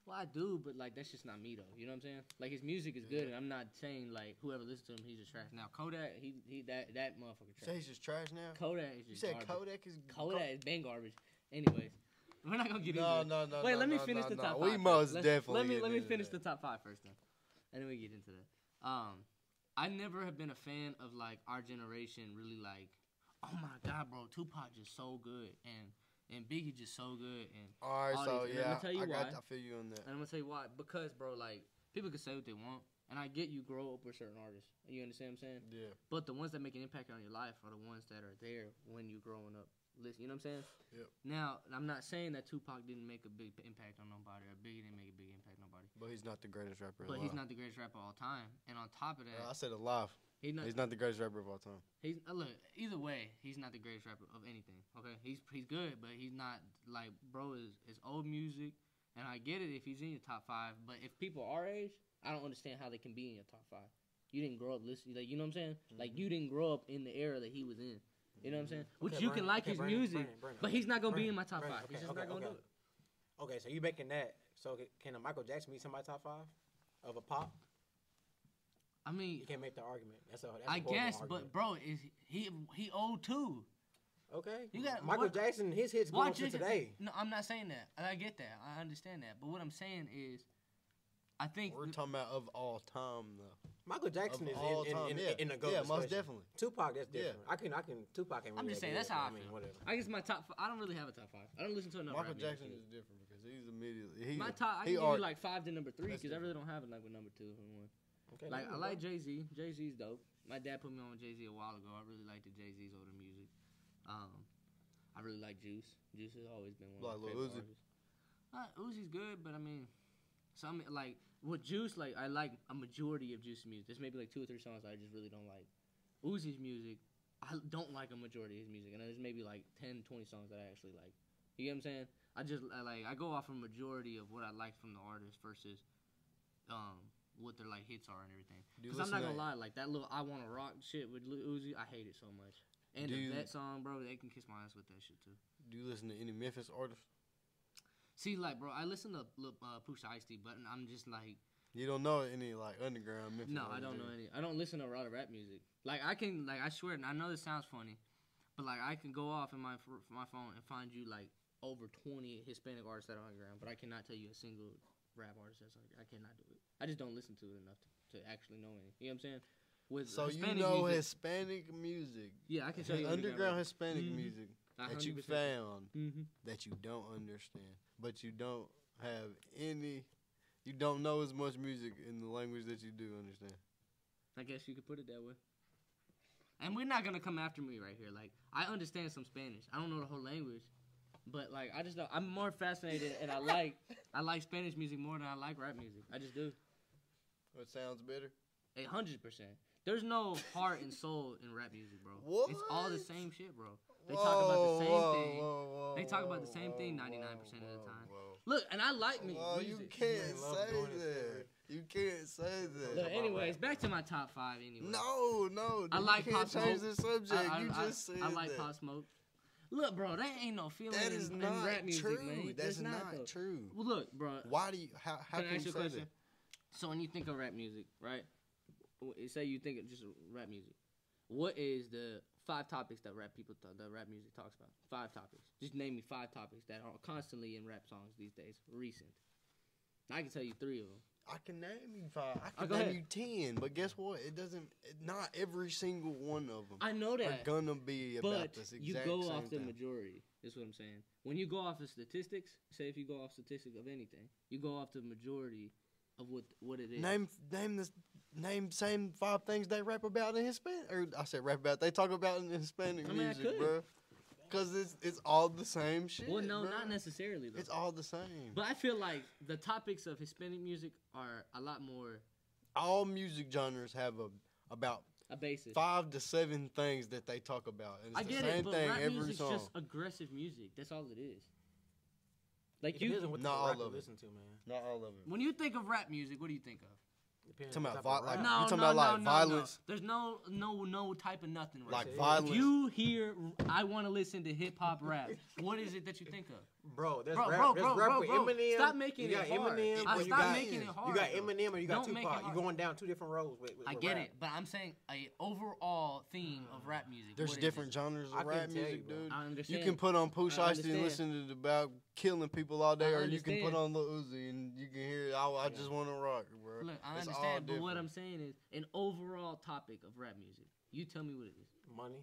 Well, I do, but like that's just not me though. You know what I'm saying? Like his music is good, and I'm not saying like whoever listens to him, he's just trash. Now Kodak, he he that that motherfucker
Say
trash.
he's just trash now.
Kodak is
You
just
said
garbage.
Kodak is
Kodak is bang garbage. Anyways, we're not gonna get into
No,
it.
no, no.
Wait,
no,
let me
no,
finish
no,
the
no.
top
We
five.
must
first. Let's-
definitely.
Let me
get
let me
into
finish
that.
the top five first, then, and then we get into that. Um, I never have been a fan of like our generation. Really, like, oh my god, bro, Tupac just so good, and and Biggie just so good, and
All right,
all
so
these- and
yeah,
I'ma tell you
I, got,
why.
I feel you on that.
and I'm gonna tell you why. Because, bro, like people can say what they want, and I get you grow up with certain artists. You understand what I'm saying?
Yeah,
But the ones that make an impact on your life are the ones that are there when you're growing up. Listen, you know what I'm saying?
Yep.
Now, I'm not saying that Tupac didn't make a big impact on nobody or Biggie didn't make a big impact on nobody.
but he's not the greatest rapper.
But
alive.
he's not the greatest rapper of all time. And on top of that,
Uh, I said alive.
he's not.
He's not the greatest rapper of all time.
He's uh, look. Either way, he's not the greatest rapper of anything. Okay, he's he's good, but he's not like bro. Is is old music, and I get it if he's in your top five. But if people our age, I don't understand how they can be in your top five. You didn't grow up listening, like you know what I'm saying. Like you didn't grow up in the era that he was in. You know what I'm saying? Which
Mm-hmm. Okay,
you
Brandon,
can like
okay,
his
Brandon,
music,
Brandon, Brandon,
but
okay,
he's not gonna be
Brandon,
in my top
Brandon,
five. he's
okay,
just
okay,
not gonna
okay.
do it.
Okay, so you making that. So c- can a Michael Jackson be somebody top five of a pop?
I mean,
You can't make the argument. That's a. That's a
I
horrible
guess,
argument.
but bro, is he he old too?
okay.
You got-
Michael
what-
Jackson. His hits going to
you-
today.
No, I'm not saying that. I I get that. I understand that. But what I'm saying is, I think
We're
th-
talking about of all time though.
Michael Jackson
Of
is
all
in, in,
time,
in,
yeah.
in the go
Yeah,
discussion.
most definitely.
Tupac, that's
Yeah.
different. I can, I can. Tupac ain't.
I'm
really
just
that
saying
good,
that's
but
how I,
I mean,
feel.
whatever.
I guess my top. f- I don't really have a top five. I don't listen to enough.
Michael
rap music,
Jackson
really.
is different because he's immediately. He,
My top. I
he
can give
are,
you like five to number three
That's
because I really
different.
don't have it like with number two and one.
Okay,
Like I
yeah,
like Jay Z. Jay Z's dope. My dad put me on Jay Z a while ago. I really like the Jay Z's older music. Um, I really like Juice. Juice has always been one of my
Like Lil
favorite
Uzi.
artists. Uh, Uzi's good, but I mean, some like with Juice, like I like a majority of Juice's music. There's maybe like two or three songs I just really don't like. Uzi's music, I don't like a majority of his music, and there's maybe like 10, 20 songs that I actually like. You get what I'm saying? I just I, like I go off a majority of what I like from the artist versus um what their like hits are and everything.
Do you
Because I'm
listen
not
to-
gonna lie, like that little "I Want to Rock" shit with Lil Uzi, I hate it so much. And
Do
the
you-
that song, bro, they can kiss my ass with that shit too.
Do you listen to any Memphis artists?
See, like, bro, I listen to Lil- uh, Pusha Ice T, but I'm just like,
You don't know any like underground Memphis.
no, I don't know any. I don't listen to a lot of rap music. Like, I can, like, I swear, and I know this sounds funny, but like, I can go off in my f- my phone and find you like over 20 Hispanic artists that are underground, but I cannot tell you a single rap artist that's underground. I cannot do it. I just don't listen to it enough to, to actually know any. You know what I'm saying? With
So
Hispanic
you know
music,
Hispanic music,
yeah, I can show you
underground Hispanic
Mhm.
music
rap. I
that you
100%
found
Mm-hmm.
that you don't understand, but you don't have any. You don't know as much music in the language that you do understand.
I guess you could put it that way. And we're not gonna come after me right here. Like I understand some Spanish. I don't know the whole language, but like I just know I'm more fascinated and I like I like Spanish music more than I like rap music. I just do.
What sounds better?
A hundred percent. There's no heart and soul in rap music, bro. It's all the
What?
same shit, bro. They talk about the same thing. They talk about the same thing 99% of the time. Look, and I like me
Whoa, Oh, you
music.
can't
Man, love
say
doing it,
that.
Terry.
You can't say
Look,
that.
anyways, back to my top five. Anyway.
No, no.
I
you
like Pop
can't change
Smoke.
the subject.
I, I-
you
I-
just said
I like
that.
Pop Smoke. Look, bro, that ain't no feeling
That is
in, in
not
rap music,
true.
man.
That's
It's not,
not,
though.
true.
Well, look, bro.
Why do you? How, how
Can
can,
I ask you
you
a
say
question?
that?
So when you think of rap music, right? W- Say you think of just rap music. What is the five topics that rap people th- that rap music talks about? Five topics. Just name me five topics that are constantly in rap songs these days. Recent. I can tell you three of them.
I can name you five. I
Oh,
can
go
name
ahead.
you ten, but guess what? It doesn't. It, not every single one of them
I know
are
that.
gonna be
But
about this exact
you go
same
off the
thing.
majority. Is what I'm saying. When you go off the statistics, say if you go off statistics of anything, you go off the majority of what what it is.
Name name this name same five things they rap about in Hispanic. Or I said rap about. They talk about in Hispanic
I mean, I
music,
could.
bro. Cause it's it's all the same shit.
well, no,
bruh.
not necessarily though.
It's all the same.
but I feel like the topics of Hispanic music are a lot more
all music genres have a about
a basis.
five to seven things that they talk about, and it's
I
the
get
same
it, but
thing
rap
every
music's
song.
just aggressive music. That's all it is. Like
It depends
you,
on what
Not
type of
all
rap you
of it.
listen to, man.
Not all of it.
when you think of rap music, what do you think of?
Depends
Talking
on
about
what type of
vi- like-
rap.
No,
talking
no,
about,
no,
like,
no,
violence?
No. There's no, no, no type of nothing. Right
Like
there.
violence.
If you hear, I want to listen to hip hop rap. what is it that you think of?
Bro, there's
Bro,
rap,
bro,
there's
bro,
rap
bro,
with
bro.
Eminem.
Stop making
you
it
got
hard.
Eminem,
I-
or you
stop
got,
making it hard,
You got
though.
Eminem or you got
Don't make it
Tupac.
hard.
You're going down two different roads with, with
I
with
get
rap.
it, but I'm saying a overall theme of rap music.
There's
what is
different
it?
genres
I
of
can
rap
tell you,
music,
bro.
dude.
I understand.
You can put on Pooh
I
Shiesty and
understand.
listen to the- about killing people all day,
I
or you can put
understand.
on Lil Uzi and you can hear, I, I
Yeah.
just want to rock, bro.
Look, I
It's all
understand, but what
different.
I'm saying is an overall topic of rap music. You tell me what it is.
Money.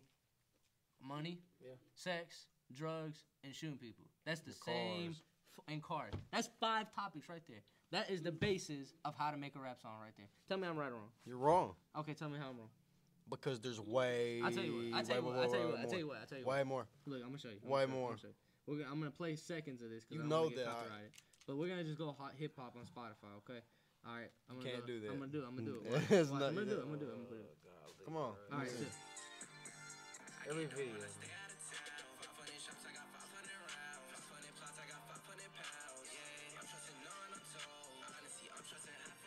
Money,
Yeah.
sex, drugs, and shooting people. That's the
And
same.
cars.
F- and cars. That's five topics right there. That is the basis of how to make a rap song right there. Tell me I'm right or wrong.
You're wrong.
Okay, tell me how I'm wrong.
Because there's way,
I'll tell you what. I'll tell you
way
what. I'll tell you
more,
what. I'll tell you what. I'll tell you what.
way more.
Look, I'm gonna show you. I'm gonna show
Way
you, I'm
more.
gonna show you. We're gonna, I'm gonna play seconds of this because
You
I don't
know
wanna get
that I-
copyrighted. But we're gonna just go hot hip hop on Spotify, okay? All right. I'm gonna
Can't
go-
do that.
I'm gonna do it. I'm gonna do it.
It's
Watch, watch,
not-
I'm gonna
you
do it.
don't-
I'm gonna do it. I'm gonna do it.
Come on.
All right.
Yeah.
sit.
Every video. man.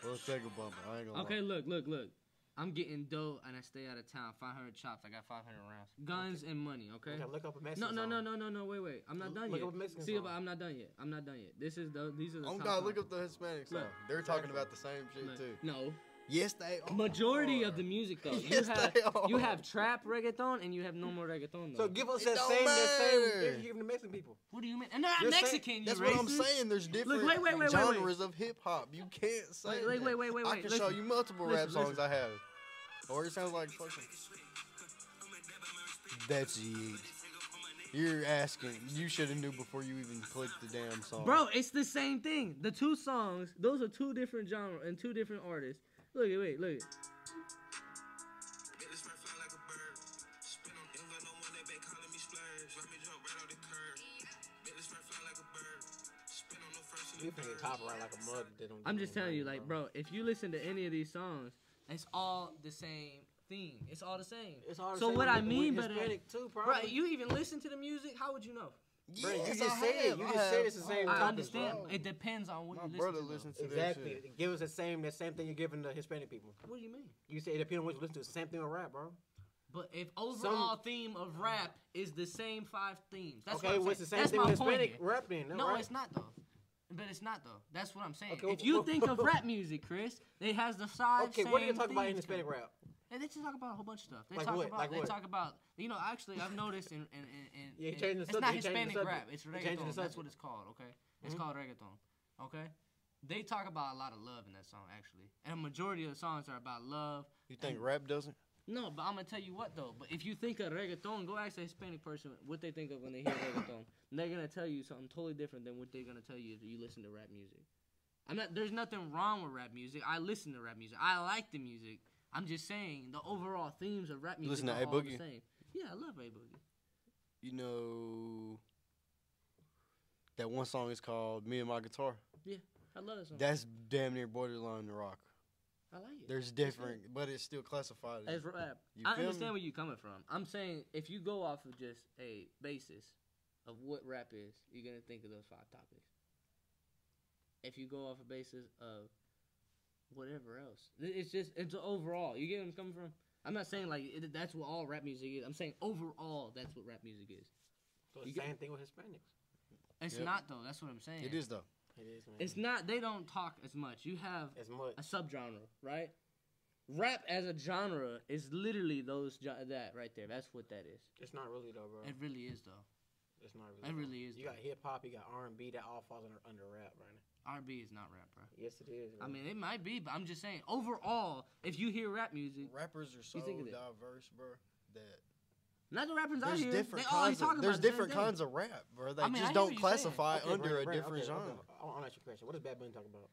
Let's take a bumper. I ain't gonna
Okay. Look. Look. Look. I'm getting dough and I stay out of town. 500 chops. I got 500 rounds. Guns and money. Okay.
Okay, look up a message.
No, no, no, no, no, no. Wait, wait. I'm not
Look
done
up a
yet.
Mexican
See,
song.
but I'm not done yet. I'm not done yet. This is the. These are the.
lie. Oh
top
God, look
five.
up the Hispanic song.
Look.
They're talking about the same shit
Look,
too.
No,
Yes, they are.
majority of the music though. You
Yes,
have
they are.
you have trap reggaeton and you have no more reggaeton though.
So give us
It
that
don't
same, that
matter.
same thing you're giving the Mexican people.
what do you mean? And they're not
You're saying-
Mexican. you
That's what I'm
racist.
saying. There's different
wait, wait, wait, wait.
genres of hip hop. You can't say.
Wait, wait,
that.
wait, wait, wait,
I
wait,
can show
listen.
you multiple rap
Listen,
songs
listen.
I have. Or it sounds like fucking. That's it. You're asking. You should have knew before you even clicked the damn song.
Bro, it's the same thing. The two songs, those are two different genres and two different artists. Look at wait, look at.
You can get copyright like a mug. That don't
I'm just telling you, like, bro, if you listen to any of these songs, it's all the same theme. It's all the same.
It's all the
so
same
what I
with-
mean by
with
that,
Hispanic too,
bro,
probably.
you even listen to the music? How would you know?
Bro, you
Yes,
just
I
said it.
have.
You
I
just
have.
said it's the same
I
Topic,
understand.
bro.
It depends on what
My
you listen
brother
to. though.
listens to that
Exactly.
shit.
Give us the same that same thing you're giving the Hispanic people.
What do you mean?
You say it depends on what you listen to. It's the same thing with rap, bro.
But if overall theme of rap is the same five themes, that's
okay,
what I'm
what's the
saying. that's
same thing
my
with
point
Hispanic
here.
rap then? No,
No,
right?
it's not though. But it's not though. That's what I'm saying.
Okay,
if you
well-
think of rap music, Chris, it has the five.
Okay,
same
what are you talking about in
themes to it.
Hispanic rap?
And they just talk about a whole bunch of stuff. They
Like
talk
what?
about
Like
they
what?
talk about you know, actually I've noticed in in, in, in
Yeah, he
in-
changing the
it's
subject,
not
he changing the
Hispanic
subject.
rap, it's
He changing the
reggaeton. That's what
subject. Mm-hmm.
it's called, okay? It's called reggaeton. Okay? They talk about a lot of love in that song actually. And a majority of the songs are about love.
You think rap doesn't?
No, but I'm gonna tell you what though. But if you think of reggaeton, go ask a Hispanic person what they think of when they hear reggaeton. And they're gonna tell you something totally different than what they're gonna tell you if you listen to rap music. I'm not. There's nothing wrong with rap music. I listen to rap music. I like the music. I'm just saying the overall themes of rap music
listen to
are
A
all
Boogie?
the same. Yeah, I love A Boogie.
You know. That one song is called "Me and My Guitar."
I love that song.
That's damn near borderline rock.
I like it.
There's different, but it's still classified as
As rap.
You
I
feel me?
understand where you're coming from. I'm saying if you go off of just a basis of what rap is, you're gonna think of those five topics. If you go off a basis of whatever else, Th- it's just it's overall. You get where I'm coming from. I'm not saying like it, that's what all rap music is. I'm saying overall that's what rap music is.
So
You
it's the
get-
same thing with Hispanics.
It's
Yep.
not though. That's what I'm saying.
It is though.
It is, man.
It's not. They don't talk as much. You have
as much.
a subgenre, right? Rap as a genre is literally those gen- that right there. That's what that is.
It's not really though, bro.
It really is though.
It's not
it
really. bro.
really is,
You
though.
got hip hop. You got R and B. That all falls under, under rap, right?
R&B is not rap, bro.
Yes, it is.
I
bro.
mean, it might be, but I'm just saying. Overall, if you hear rap music,
Rappers are so
You think of it.
diverse, bro. That
not the rappers out
There's
here.
different
they always
kinds. Of,
talking
there's
about the same
different
thing.
kinds of rap, bro. They
I mean, I hear
just
what
don't
you're saying.
classify
Okay,
under
Brandon,
a
Brandon,
different
okay,
genre.
okay. I'll, I'll ask you a question. What does Bad Bunny talk about?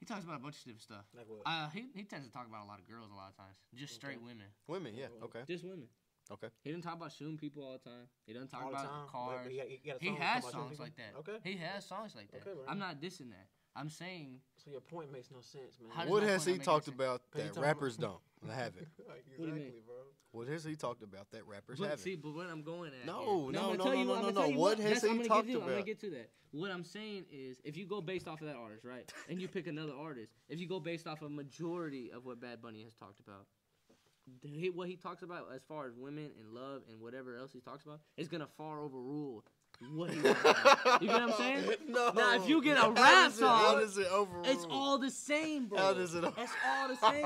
He talks about a bunch of different stuff.
Like what?
Uh, he he tends to talk about a lot of girls a lot of times. Just straight
Okay.
women.
Women, yeah, okay.
Just women.
Okay.
He doesn't talk about shooting people all the time. He doesn't talk
all
about
the time.
cars.
But- but got- got a
he
song
has
talking about
songs
shooting
like that.
people? Okay.
He has songs like that.
Okay, bro.
I'm not dissing that. I'm saying
So your point makes no sense, man.
How does
What
my
has
point
he
not make any
talked
sense?
about
Cause you
that
talking about-
rappers don't? I haven't.
Like,
do you mean?
exactly, bro.
What has he talked about that rappers
But,
haven't?
see, but what I'm going at.
No,
here-
no,
I'm gonna
no,
tell
no,
you
no,
what- I'm gonna
no, no.
tell you
What has
that's-
he
I'm gonna get
talked
to- I'm gonna
about?
get to that. What I'm saying is, if you go based off of that artist, right, and you pick another artist, if you go based off a majority of what Bad Bunny has talked about, the- he- what he talks about as far as women and love and whatever else he talks about is gonna far overrule what he talks about. You get what I'm saying?
No.
Now, if you get a
How
rap
does it- how
song,
does it overrule?
It's all the same, bro.
How does it all-
It's all the same.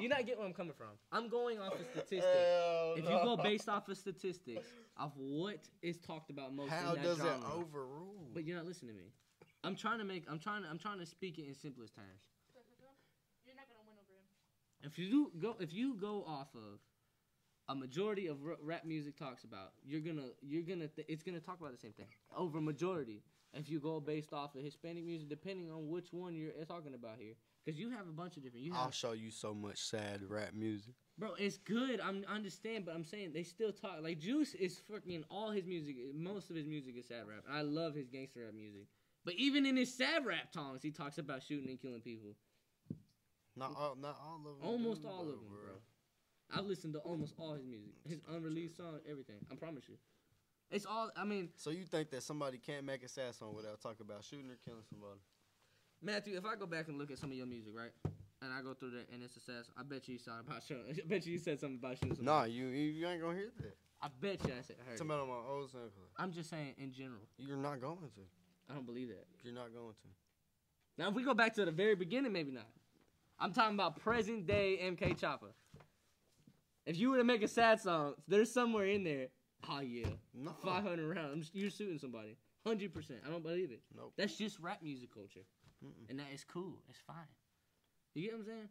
You're not getting where I'm coming from. I'm going off of statistics.
Hell
If you go
no.
based off of statistics of what is talked about most
How
in that
does
genre,
it overrule?
but you're not listening to me. I'm trying to make. I'm trying. to. I'm trying to speak it in simplest terms.
You're not gonna win over him.
If you do go, if you go off of a majority of r- rap music talks about, you're gonna, you're gonna, th- it's gonna talk about the same thing over majority. If you go based off of Hispanic music, depending on which one you're talking about here, because you have a bunch of different. You
I'll
have
show you so much sad rap music.
Bro, it's good. I'm, I understand, but I'm saying they still talk. Like Juice is fucking all his music. Most of his music is sad rap. I love his gangster rap music. But even in his sad rap songs, he talks about shooting and killing people.
Not all, not all of them.
Mm-hmm. Almost
do,
all of
though,
them, bro. I've listened to almost all his music. His unreleased songs, everything. I promise you. It's all. I mean,
So you think that somebody can't make a sad song without talking about shooting or killing somebody?
Matthew, if I go back and look at some of your music, right, and I go through that and it's a sad, song, I bet you you saw about shooting. I bet you you said something about shooting.
Nah,
somebody.
you you you ain't gonna hear that.
I bet you I said. I heard it.
Somebody on my old SoundCloud.
I'm just saying in general.
You're not going to.
I don't believe that.
You're not going to.
Now, if we go back to the very beginning, maybe not. I'm talking about present day MK Chopper. If you were to make a sad song, there's somewhere in there. Oh yeah,
No.
500 rounds. You're shooting somebody. Hundred percent. I don't believe it.
Nope.
That's just rap music culture,
Mm-mm.
and that is cool. It's fine. You get what I'm saying?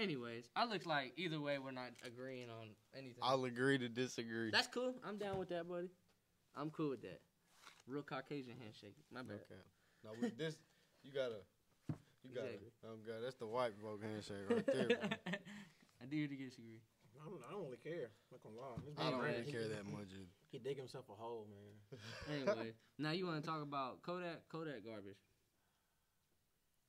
Anyways, I look like either way we're not agreeing on anything.
I'll agree to disagree.
That's cool. I'm down with that, buddy. I'm cool with that. Real Caucasian handshake. My bad.
Okay. Now with this, you gotta, you gotta.
Exactly.
Oh god, that's the white folk handshake right there. bro.
I do to disagree.
I don't, I don't really care. I'm not gonna lie. This dude
I don't
Anyway.
Brandon,
really
he-
care that much. dude.
He dig himself a hole, man.
Anyway, now you want to talk about Kodak? Kodak garbage.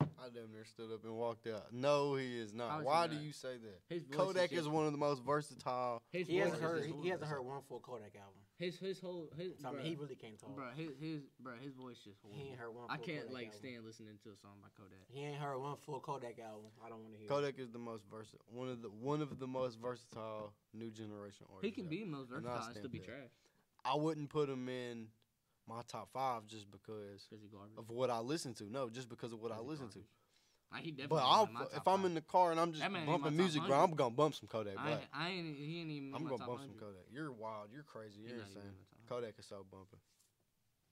I damn near stood up and walked out. No, he
How
is
is
not.
he
Why do
not?
you say that?
His voice
Kodak
shit.
is one of the most versatile.
His
He
voice
hasn't
is
heard.
just-
He, he hasn't heard one full Kodak album.
His his whole his
So I
bruh,
mean, he really can't talk.
bruh, his his bruh, his voice is
He ain't
horrible.
heard one. Full
I can't
Kodak
like
album.
stand listening to a song by Kodak.
He ain't heard one full Kodak album. I don't want to hear. it.
Kodak is the most versatile. One of the one of the most versatile new generation artists.
He can
out
be most
And I
versatile and still
stand
be
that.
trash
I wouldn't put him in my top five just because
because he garbage.
of what I listen to. No, just because of what
'Cause
I
he
listen to.
garbage. Like, he definitely
But
not
I'll,
in my
if
top
I'm
five.
in the car and I'm just
That man ain't in my top
bumping music, bro,
100.
I'm gonna bump some Kodak
I
Black.
ain't, I ain't he ain't even. in
I'm
my
gonna
top
bump
100.
some Kodak. You're wild. You're crazy.
He
You're
not even in
insane.
my top 100.
Kodak is so bumping.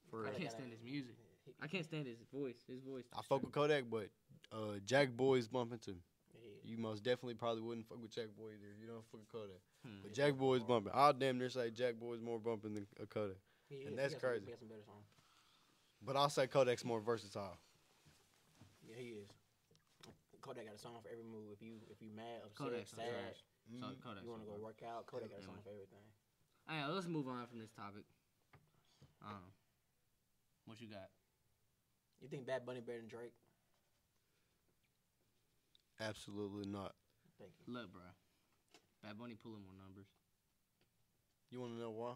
For
I
real.
can't stand his music.
He-
I can't stand his voice. His voice.
I fuck with Kodak, but uh, Jack Boy's bumping too.
he-
You most definitely probably wouldn't fuck with Jack Boy either. You don't fuck with Kodak.
Hmm.
But Jack Boy's bumping. I'll damn near say Jack Boy's more bumping than uh, Kodak.
he is. He
And that's
got some-
crazy.
He got some better songs.
But I'll say Kodak's more versatile.
Yeah, he is. Kodak got a song for every mood. If you if you mad, upset,
Kodak's
sad,
trash. So
Mm.
Kodak's
you want to go
garbage.
work out, Kodak got a song
Anyway.
for everything.
All right, let's move on from this topic. I don't know. What you got?
You think Bad Bunny better than Drake?
Absolutely not.
Thank you.
Look, bro. Bad Bunny pulling more numbers.
You want to know why?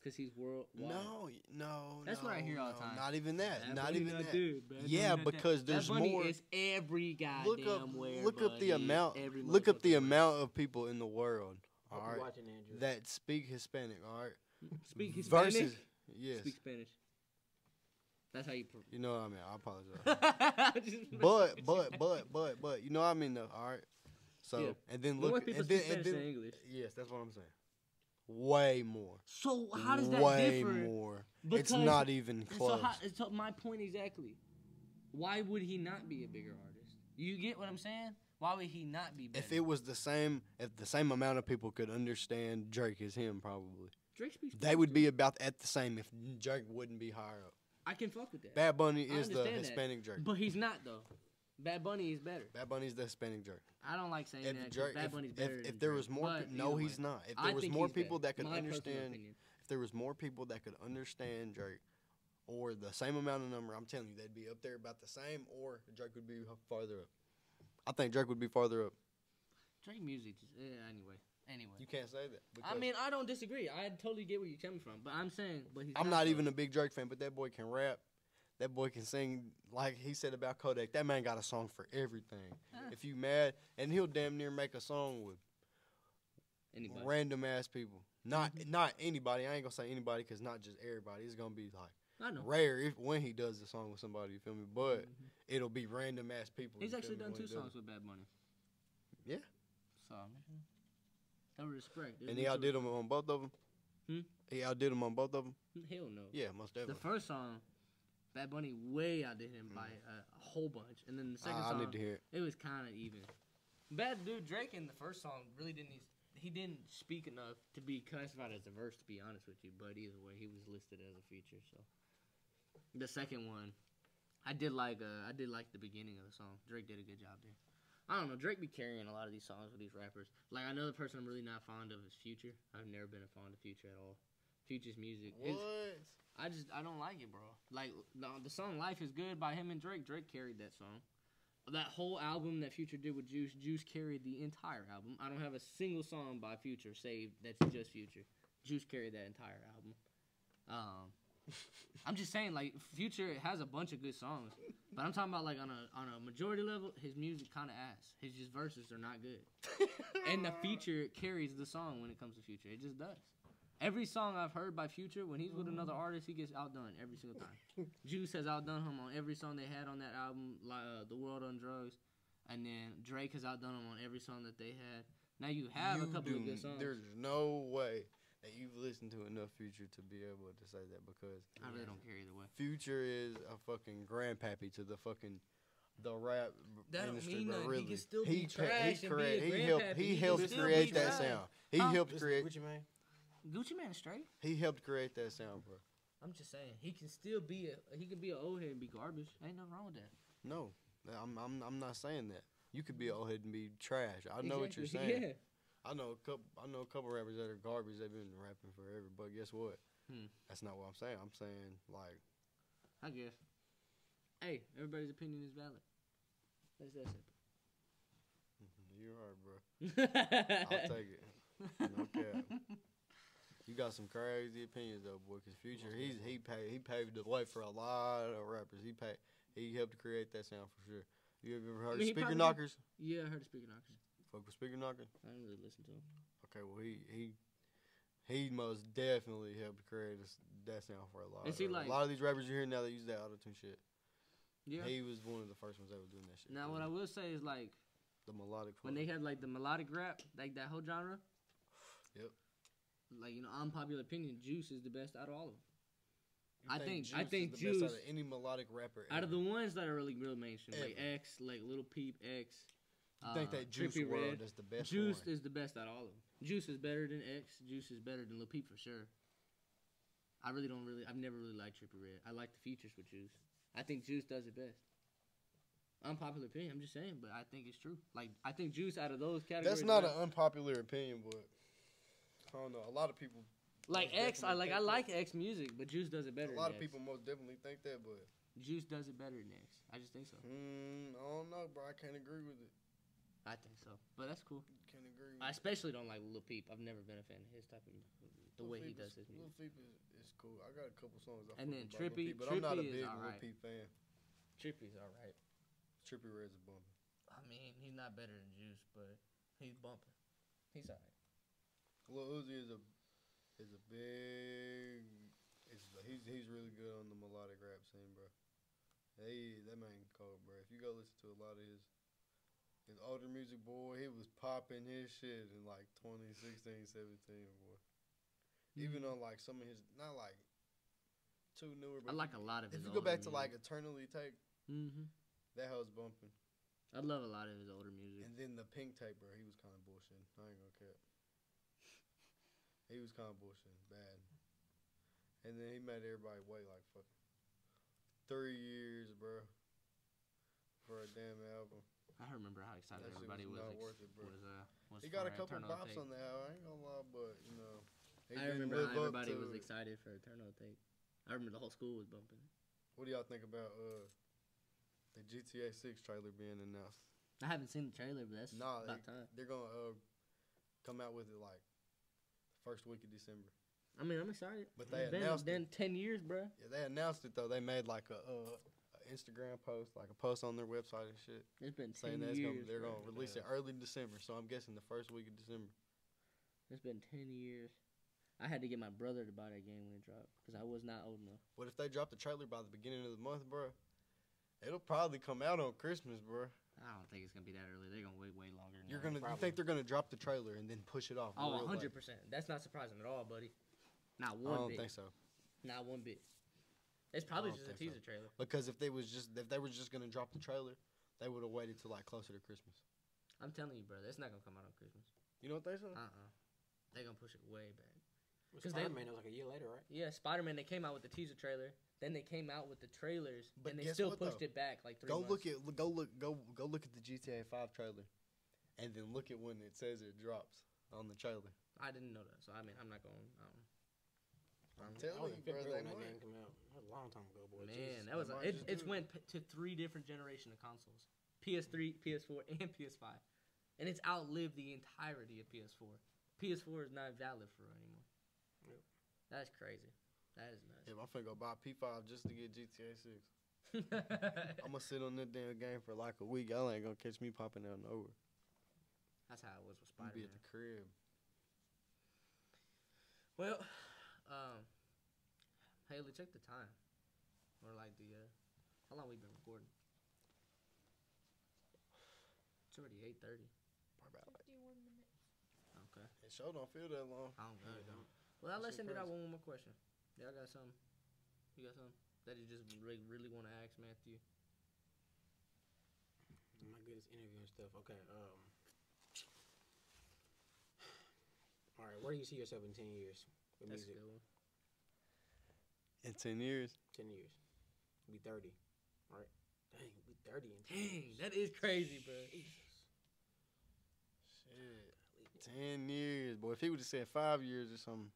Because he's worldwide.
No, y- no.
That's
no,
what I hear all the
no.
time.
Not even that.
Bad
not
Bunny
even that.
dude, Bad Bunny
Yeah,
not that.
because there's
Bad Bunny
more-
Is every goddamn
Look up,
where.
look up
buddy.
the amount.
Every
Look up the
motherfucking
amount of people in the world.
Hope
All
you
right,
watching Andrew.
that speak Hispanic. All right,
where. Speak Hispanic.
versus yes,
Speak Spanish. That's how you. Pr-
you know what I mean. I apologize.
Just-
but but but but but you know what I mean though. All right, so
Yeah.
and then
More
look
people
and then,
speak
and
Spanish
then-
than English.
yes, that's what I'm saying. Way more.
So how does that
Way
differ?
more. it's
Because-
not even
So,
close.
how, so my point exactly. Why would he not be a bigger artist? You get what I'm saying? Why would he not be? Better?
if it was the same, if the same amount of people could understand Drake as him, probably
Drake speaks
they
Spanish,
would
dude.
be about at the same. If Drake wouldn't be higher up,
I can fuck with that.
Bad Bunny
I
is the
understand that.
Hispanic Drake.
But he's not though. Bad Bunny is better.
Bad Bunny's the Hispanic Drake.
I don't like saying
If
that. 'cause
Drake,
Bad
if,
Bunny's
if-
better.
if
than
there
Drake.
was more,
But
pe- no,
either
he's
way,
not. If
I
there was
think
more
he's better.
people that could
My personal
understand,
opinion.
if there was more people that could understand Drake, or the same amount of number, I'm telling you, they'd be up there about the same, or Drake would be h- farther up. I think Drake would be farther up.
Drake music. Just, eh, anyway, anyway.
You can't say that. Because
I mean, I don't disagree. I totally get where you're coming from, but I'm saying, but he's
I'm not
though.
even a big Drake fan, but that boy can rap. That boy can sing. Like he said about Kodak, that man got a song for everything.
Huh.
If you mad, and he'll damn near make a song with
Anybody.
random ass people. Not
Mm-hmm.
not anybody. I ain't gonna say anybody because not just everybody. It's gonna be like
I know.
rare if when he does the song with somebody. You feel me? But
Mhm.
it'll be random ass people.
He's
you feel
actually
me,
done
when
two
he does
songs
it.
with Bad Bunny.
Yeah.
So I mean, no respect. There's
and he
mutual-
outdid him on both of them.
Hmm?
He outdid him on both of them.
Hell no.
Yeah, most
The
definitely.
first song, Bad Bunny way outdid him by a, a whole bunch, and then the second
I, I
song,
need to hear it.
it was kind of even. Bad dude Drake in the first song really didn't. He, he didn't speak enough to be classified as a verse, to be honest with you. But either way, he was listed as a feature. So the second one, I did like. Uh, I did like the beginning of the song. Drake did a good job there. I don't know. Drake be carrying a lot of these songs with these rappers. Like I know the person I'm really not fond of is Future. I've never been a fond of Future at all. Future's music. his- I just I don't like it, bro. Like the, the song "Life Is Good" by him and Drake. Drake carried that song. That whole album that Future did with Juice, Juice carried the entire album. I don't have a single song by Future saved that's just Future. Juice carried that entire album. Um, I'm just saying, like Future has a bunch of good songs, but I'm talking about like on a on a majority level, his music kind of ass. His just verses are not good, and the feature carries the song when it comes to Future. It just does. Every song I've heard by Future, when he's with
Mm-hmm.
another artist, he gets outdone every single time. Juice has outdone him on every song they had on that album, like uh, "The World on Drugs," and then Drake has outdone him on every song that they had. Now you have a
You
couple of
do-
good songs.
There's no way that you've listened to enough Future to be able to say that because
I really don't care either way.
Future is a fucking grandpappy to the fucking the rap
That don't
industry,
mean
bro.
nothing. He
Really,
can still be
ca-
trash and be a
he create- he helped.
grandpappy.
He
He can
helped
still be
create
trash.
that sound. He
Huh?
helped
This
create.
Gucci Mane.
Gucci Man straight.
He helped create that sound, bro.
I'm just saying he can still be a he can be an old head and be garbage. Ain't nothing wrong with that.
No, I'm I'm I'm not saying that. You could be an old head and be trash. I know what you're
Exactly.
saying.
Yeah.
I know a couple. I know a couple rappers that are garbage. They've been rapping forever, but guess what?
Hmm.
That's not what I'm saying. I'm saying like
I guess. Hey, everybody's opinion is valid. That's that
you are, bro.
simple.
I'll take it. No cap. You got some crazy opinions though, boy. Cause Future, he's he paved he paved the way for a lot of rappers. He paid, he helped create that sound for sure. You ever heard
mean, he
of Speaker
probably-
Knockers?
Yeah, I heard a speaker knocking.
Fuck with Speaker Knockers.
I didn't really listen to him.
Okay, well he he he most definitely helped create this, that sound for a lot.
And
of
see, like-
rappers. a lot of these rappers you hear now that use that auto tune shit.
Yeah.
He was one of the first ones that was doing that shit.
now what I will say is like
the melodic
when
part.
they had like the melodic rap, like that whole genre.
Yep.
Like you know, unpopular opinion, Juice is the best out of all of them.
You
I think- I
Juice is
think
the best out
Juice-
of any melodic rapper.
Out of
ever.
the ones that are really real mainstream, like
Ever.
X, like Little Peep, X.
you think
uh,
that Juice
Trippie
World
Redd.
is the best.
Juice
one.
is the best out of all of them. Juice is better than X. Juice is better than Lil Peep for sure. I really don't really. I've never really liked Trippie Red. I like the features with Juice. I think Juice does it best. Unpopular opinion. I'm just saying, but I think it's true. Like I think Juice out of those categories.
That's not
right?
an unpopular opinion, but I don't know. A lot of people,
like X.
that's
I
definitely
like. I
different.
like X music, but Juice does it better.
a lot
than
of
X.
people most definitely think that, but
Juice does it better than X. I just think so.
mm, I don't know, bro. I can't agree with it.
I think so. But that's cool.
Can't agree. With
I
it.
especially don't like Lil Peep. I've never been a fan of his type of the way he does his music.
Lil Peep is, is cool. I got a couple songs. I
And
fuck
then
with by Lil
Trippy-
Peep, but I'm not a
Trippy is
big Lil
alright.
Peep fan.
Trippie's all right.
Trippy Red's a bum.
I mean, he's not better than Juice, but he's bumping. He's all right.
Lil Uzi is a is a big. Is he's he's really good on the melodic rap scene, bro. Hey, that man cold, bro. If you go listen to a lot of his his older music, boy, he was popping his shit in like 2016, 17, boy.
Hmm.
Even on like some of his, not like too newer,
I
but
like a lot of
if
his.
you go back to like Eternally Take,
mm-hmm.
that house bumping,
I love a lot of his older music.
and then the Pink Tape, bro, he was kind of bullshitting. I ain't gonna cap. He was kind of bullshitting bad, and then he made everybody wait like fucking three years, bro, for a damn album.
I remember how excited
That shit
everybody
was
was.
not
ex-
worth it, bro.
was, uh, was
He got a
for
couple
Eternal
bops
Take.
on the album. I ain't gonna lie, but you know, he
I
didn't
remember
live
how
up
everybody
to
was
it.
excited for Eternal Take. I remember the whole school was bumping. it.
What do y'all think about uh the GTA Six trailer being announced?
I haven't seen the trailer, but that's
Nah,
about
it-
time.
they're gonna uh, come out with it like first week of December.
I mean, I'm excited.
But they
It's been,
announced it.
been ten years, bruh.
Yeah, they announced it though. They made like a, uh, a Instagram post, like a post on their website and shit,
It's been ten
saying that it's
years.
gonna, they're
bruh.
gonna release it early December. So I'm guessing the first week of December.
It's been ten years. I had to get my brother to buy that game when it dropped because I was not old enough.
But if they drop the trailer by the beginning of the month, bro, it'll probably come out on Christmas, bro.
I don't think it's gonna be that early. They're gonna wait way longer. Than
You're
that.
gonna you
probably.
think they're gonna drop the trailer and then push it off?
Oh,
real
hundred
late?
percent. That's not surprising at all, buddy. Not
I
one
don't
bit.
think so.
Not one bit. It's probably
don't
just a
think
teaser
so.
trailer.
Because if they was just if they were just gonna drop the trailer, they would have waited till like closer to Christmas.
I'm telling you, brother, it's not gonna come out on Christmas.
You don't think so?
Uh uh-uh. uh. they are gonna push it way back.
Because
'Cause they-
Spider Man was like a year later, right?
Yeah, Spider Man. They came out with the teaser trailer. Then they came out with the trailers,
But
and they
guess
still
what,
pushed
though?
it back like three.
go
months.
look at go look go go look at the GTA Five trailer, and then look at when it says it drops on the trailer.
I didn't know that, so I mean, I'm not going. Um,
I
I'm
was
telling
in
you, bro,
fifth grade when
they
that
might.
game came out. That was a long time ago, boy.
man,
Jesus.
that was
they
a,
might
it,
just
it's
do it.
went p- to three different generation of consoles: PS3, PS4, and PS5, and it's outlived the entirety of PS4. PS4 is not valid for anymore.
Yep.
That's crazy. That is nuts.
If I'm finna go buy P5 just to get GTA 6, I'm gonna sit on that damn game for like a week. Y'all ain't gonna catch me popping out nowhere.
That's how it was with
You
Spider
be
Man.
at the crib.
Well, um, Haley, check the time, or like the uh, how long we been recording? It's already eight thirty.
Fifty-one minutes.
Okay.
It sure don't feel that long.
I don't know.
Yeah, don't.
Well,
That
let's
shit
end it out
crazy.
with one more question. Y'all got something? You got something that you just really, really want to ask Matthew?
I'm not good at this interviewing stuff. Okay. Um. All right. Where do you see yourself in ten years with
That's a
music?
good one.
In 10 years,
Ten years. Be thirty. All right. Dang, be thirty in ten
Dang,
years.
that is crazy, bro.
shit, 10 years, boy. If he would have said five years or something,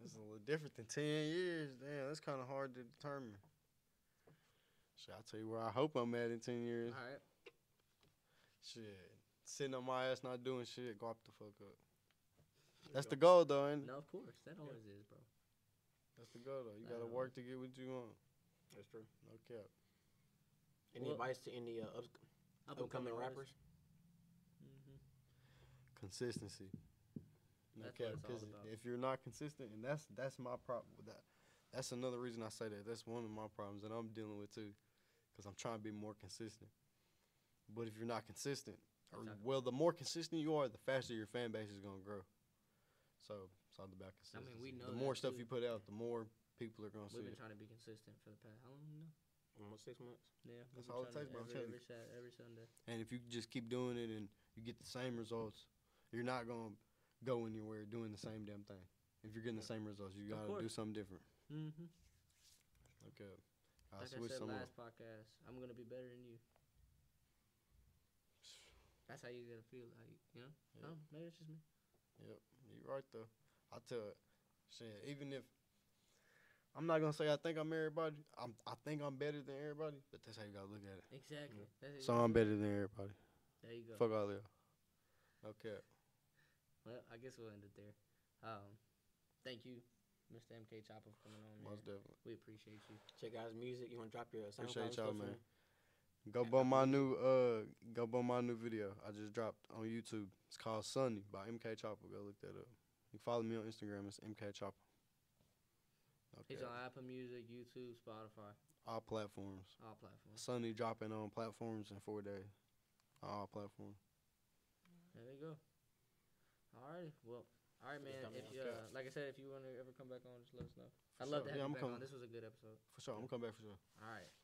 that's a little different than 10 years. Damn, that's kind of hard to determine. Shit, I'll tell you where I hope I'm at in 10 years.
All right.
Shit. Sitting on my ass not doing shit, go up the fuck up. That's the
There
goal though, ain't it?
No, of course. That always is, bro.
That's the goal though. You gotta
Um,
work to get what you want.
you go. That's true.
No cap.
Any
Well-
advice to any uh, up- upcoming rappers?
Mm-hmm.
Consistency. No
That's what
cap.
it's all
'cause
about.
if you're not consistent and that's that's my problem that that's another reason I say that. That's one of my problems that I'm dealing with too. Cause I'm trying to be more consistent. But if you're not consistent, or,
Exactly.
well the more consistent you are, the faster your fan base is gonna grow. So it's all about
I
consistency.
mean, we know
the
that,
more stuff
too.
you put out, the more people are gonna see
We've been
it.
trying to be consistent for the past how long now?
Almost six months.
Yeah, we've
That's
been
all it
trying to-
takes, bro. I'm
Every,
telling you.
every, Sat- every Sunday.
And if you just keep doing it and you get the same results, you're not gonna go anywhere doing the same damn thing. If you're getting the same results, you
Of
gotta do
course.
something different.
Mm-hmm.
Okay. I
Like I
switch
said
someone.
last podcast, I'm gonna be better than you. That's how you gotta feel, like you know.
Yeah.
No, maybe it's just me.
You right though. I tell you, shit. Even if I'm not gonna say I think I'm everybody, I'm I think I'm better than everybody, but that's how you gotta look at it.
Exactly. That's it.
So I'm better than everybody.
There you go.
Fuck all y'all. Okay.
Well, I guess we'll end it there. Um, thank you, Mr. MK Chopper, for coming on.
Most
Man.
definitely.
We appreciate you.
Check out his music. You want to drop your uh, SoundCloud
Appreciate
and
y'all,
stuff in
man.
there?
Go buy my new uh go buy my new video I just dropped on YouTube. It's called Sunny by MK Chopper. Go look that up. You can follow me on Instagram, it's MK Chopper.
He's
Okay.
on Apple Music, YouTube, Spotify,
All platforms.
all platforms.
Sunny dropping on platforms in four days. On All platforms.
There you go. All right. Well. All right,
Just
man.
dumb
If
ass
you,
guys.
uh, like I said, if you want to ever come back on, just let us know.
For
I'd love to
sure.
have
Yeah,
you
I'm
back
coming.
on. This was a good episode.
For sure. I'm gonna come back for sure.
All right.